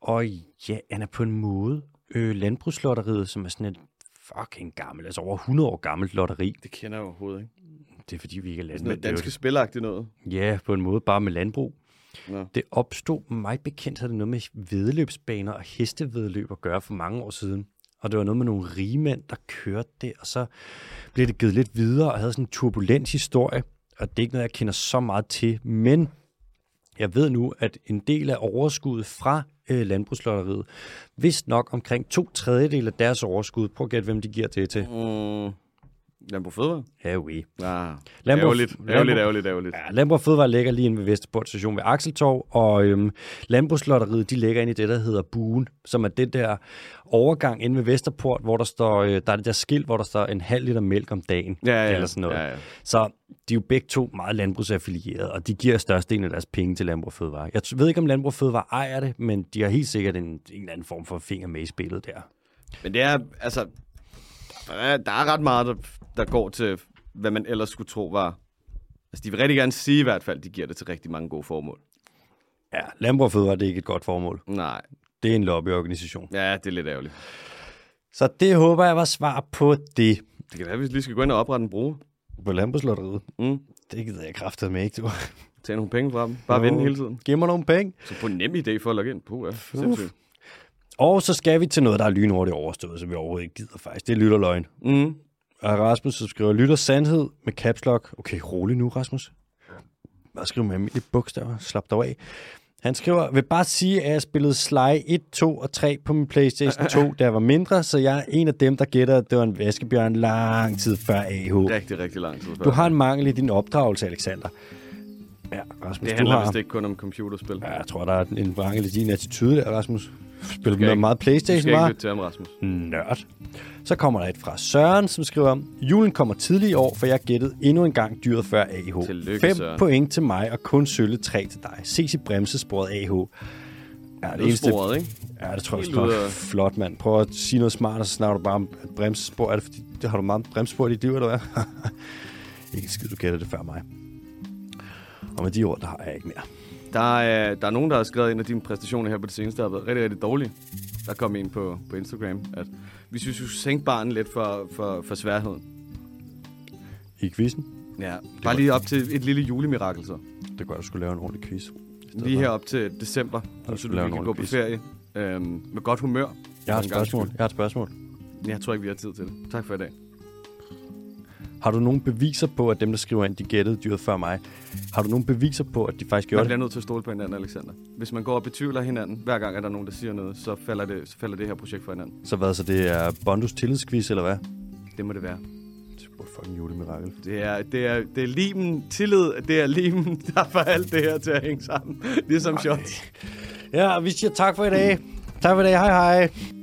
[SPEAKER 1] Og ja, Anna, på en måde, øh, Landbrugslotteriet, som er sådan et fucking gammelt, altså over 100 år gammelt lotteri.
[SPEAKER 2] Det kender jeg overhovedet ikke.
[SPEAKER 1] Det er fordi, vi ikke er landmænd.
[SPEAKER 2] Noget
[SPEAKER 1] det er jo
[SPEAKER 2] danske spilagtigt noget.
[SPEAKER 1] Ja, på en måde bare med landbrug.
[SPEAKER 2] Nå.
[SPEAKER 1] Det opstod mig bekendt, havde det noget med vedløbsbaner og hestevedløb at gøre for mange år siden. Og det var noget med nogle rigmænd, der kørte det, og så blev det givet lidt videre og havde sådan en turbulent historie. Og det er ikke noget, jeg kender så meget til, men jeg ved nu, at en del af overskuddet fra øh, landbrugslotteriet, vist nok omkring to tredjedel af deres overskud, prøv at gætte, hvem de giver det til.
[SPEAKER 2] Mm. Landbrug Fødevare?
[SPEAKER 1] Ja, oui. Landbrug-
[SPEAKER 2] Ah. Ærgerligt, ærgerligt,
[SPEAKER 1] Landbrug-
[SPEAKER 2] ærgerligt, ærgerligt.
[SPEAKER 1] Ja, Landbrug og Fødevare ligger lige inde ved Vesterport station ved Akseltorv, og øhm, Landbrugslotteriet, de ligger inde i det, der hedder Buen, som er den der overgang inde ved Vesterport, hvor der står, øh, der er det der skilt, hvor der står en halv liter mælk om dagen,
[SPEAKER 2] Ja, ja,
[SPEAKER 1] eller sådan noget.
[SPEAKER 2] ja, ja.
[SPEAKER 1] Så de er jo begge to meget landbrugsaffilieret, og de giver størstedelen af deres penge til Landbrug og Fødevare. Jeg t- ved ikke, om Landbrug og Fødevare ejer det, men de har helt sikkert en, en eller anden form for finger med i spillet der.
[SPEAKER 2] Men det er, altså, der er, der er ret meget, der, der går til, hvad man ellers skulle tro var. Altså, de vil rigtig gerne sige i hvert fald, de giver det til rigtig mange gode formål.
[SPEAKER 1] Ja, Landbrug og Fødevare, det er ikke et godt formål.
[SPEAKER 2] Nej,
[SPEAKER 1] Det er en lobbyorganisation.
[SPEAKER 2] ja, det er lidt ærgerligt.
[SPEAKER 1] Så det håber jeg var svar på det.
[SPEAKER 2] Det kan være, at vi lige skal gå ind og oprette en bruger.
[SPEAKER 1] På Landbrugslotteriet.
[SPEAKER 2] Mm.
[SPEAKER 1] Det gider jeg kraftet med, ikke du?
[SPEAKER 2] Tage nogle penge fra dem. Bare vinde hele tiden.
[SPEAKER 1] Giv mig nogle penge.
[SPEAKER 2] Så på en nem idé for at logge ind på. Ja. Sindssygt.
[SPEAKER 1] Og så skal vi til noget, der er lynhurtigt overstået, som vi overhovedet ikke gider faktisk. Det er lytterløgn.
[SPEAKER 2] Mm.
[SPEAKER 1] Og Rasmus som skriver, lytter sandhed med caps lock. Okay, rolig nu, Rasmus. Bare skriv med almindelige bogstaver. Slap dig af. Han skriver, vil bare sige, at jeg spillede Sly 1, 2 og 3 på min Playstation 2, da jeg var mindre, så jeg er en af dem, der gætter, at det var en vaskebjørn lang tid før AH.
[SPEAKER 2] Rigtig, rigtig lang tid.
[SPEAKER 1] Du har en mangel i din opdragelse, Alexander. Ja, Rasmus,
[SPEAKER 2] det
[SPEAKER 1] du
[SPEAKER 2] handler
[SPEAKER 1] har...
[SPEAKER 2] vist ikke kun om computerspil.
[SPEAKER 1] Ja, jeg tror, der er en vrangel i din attitude der, Rasmus. Spiller med
[SPEAKER 2] ikke-
[SPEAKER 1] meget
[SPEAKER 2] Du
[SPEAKER 1] Playstation,
[SPEAKER 2] skal ikke
[SPEAKER 1] var?
[SPEAKER 2] lytte til ham, Rasmus.
[SPEAKER 1] Nørd. Så kommer der et fra Søren, som skriver, julen kommer tidlig i år, for jeg gættede endnu en gang dyret før AH.
[SPEAKER 2] Tillykke,
[SPEAKER 1] Fem
[SPEAKER 2] Søren.
[SPEAKER 1] point til mig, og kun sølle tre til dig. Ses i bremsesporet AH. Ja, det eneste...
[SPEAKER 2] Nødsporet, ikke?
[SPEAKER 1] Ja, det tror jeg
[SPEAKER 2] Helt
[SPEAKER 1] står
[SPEAKER 2] ude af-
[SPEAKER 1] flot, mand. Prøv at sige noget smart, og så snakker du bare om et bremsespor. Er det fordi, det har du meget bremsespor i dit liv, eller hvad? ikke en skid, du gætter det før mig. Og med de ord, der har jeg ikke mere.
[SPEAKER 2] Der er, der er nogen, der har skrevet ind af dine præstationer her på det seneste, der har været rigtig, rigtig dårlige. Der kom en på, på Instagram, at vi synes, vi skulle sænke barnen lidt for, for, for sværheden.
[SPEAKER 1] I quizzen,
[SPEAKER 2] Ja, bare lige op til et lille julemirakel så.
[SPEAKER 1] det gør, at du skulle lave en ordentlig quiz. i stedet
[SPEAKER 2] Lige
[SPEAKER 1] for.
[SPEAKER 2] her op til december,
[SPEAKER 1] skal vi
[SPEAKER 2] så du
[SPEAKER 1] lave
[SPEAKER 2] vi
[SPEAKER 1] en
[SPEAKER 2] kan gå på
[SPEAKER 1] ordentlig
[SPEAKER 2] ferie øhm, med godt humør.
[SPEAKER 1] Jeg har et
[SPEAKER 2] For
[SPEAKER 1] spørgsmål.
[SPEAKER 2] en gangs
[SPEAKER 1] Jeg har et spørgsmål.
[SPEAKER 2] skyld. Jeg tror ikke, vi har tid til det. Tak for i dag.
[SPEAKER 1] Har du nogle beviser på, at dem, der skriver ind, de gættede dyret før mig? Har du nogle beviser på, at de faktisk
[SPEAKER 2] Man
[SPEAKER 1] gjorde
[SPEAKER 2] bliver
[SPEAKER 1] det?
[SPEAKER 2] nødt til at stole på hinanden, Alexander. Hvis man går og betvivler hinanden, hver gang er der nogen, der siger noget, så falder det, så falder det her projekt for hinanden.
[SPEAKER 1] Så hvad, så det er Bondus tillidsquiz, eller hvad?
[SPEAKER 2] Det må det være.
[SPEAKER 1] Det burde fucking julemirakel.
[SPEAKER 2] Det er, det er, det er limen, tillid, det er limen, der får alt det her til at hænge sammen. Ligesom shots.
[SPEAKER 1] Ja, vi siger tak for i dag. Tak for i dag. Hej hej.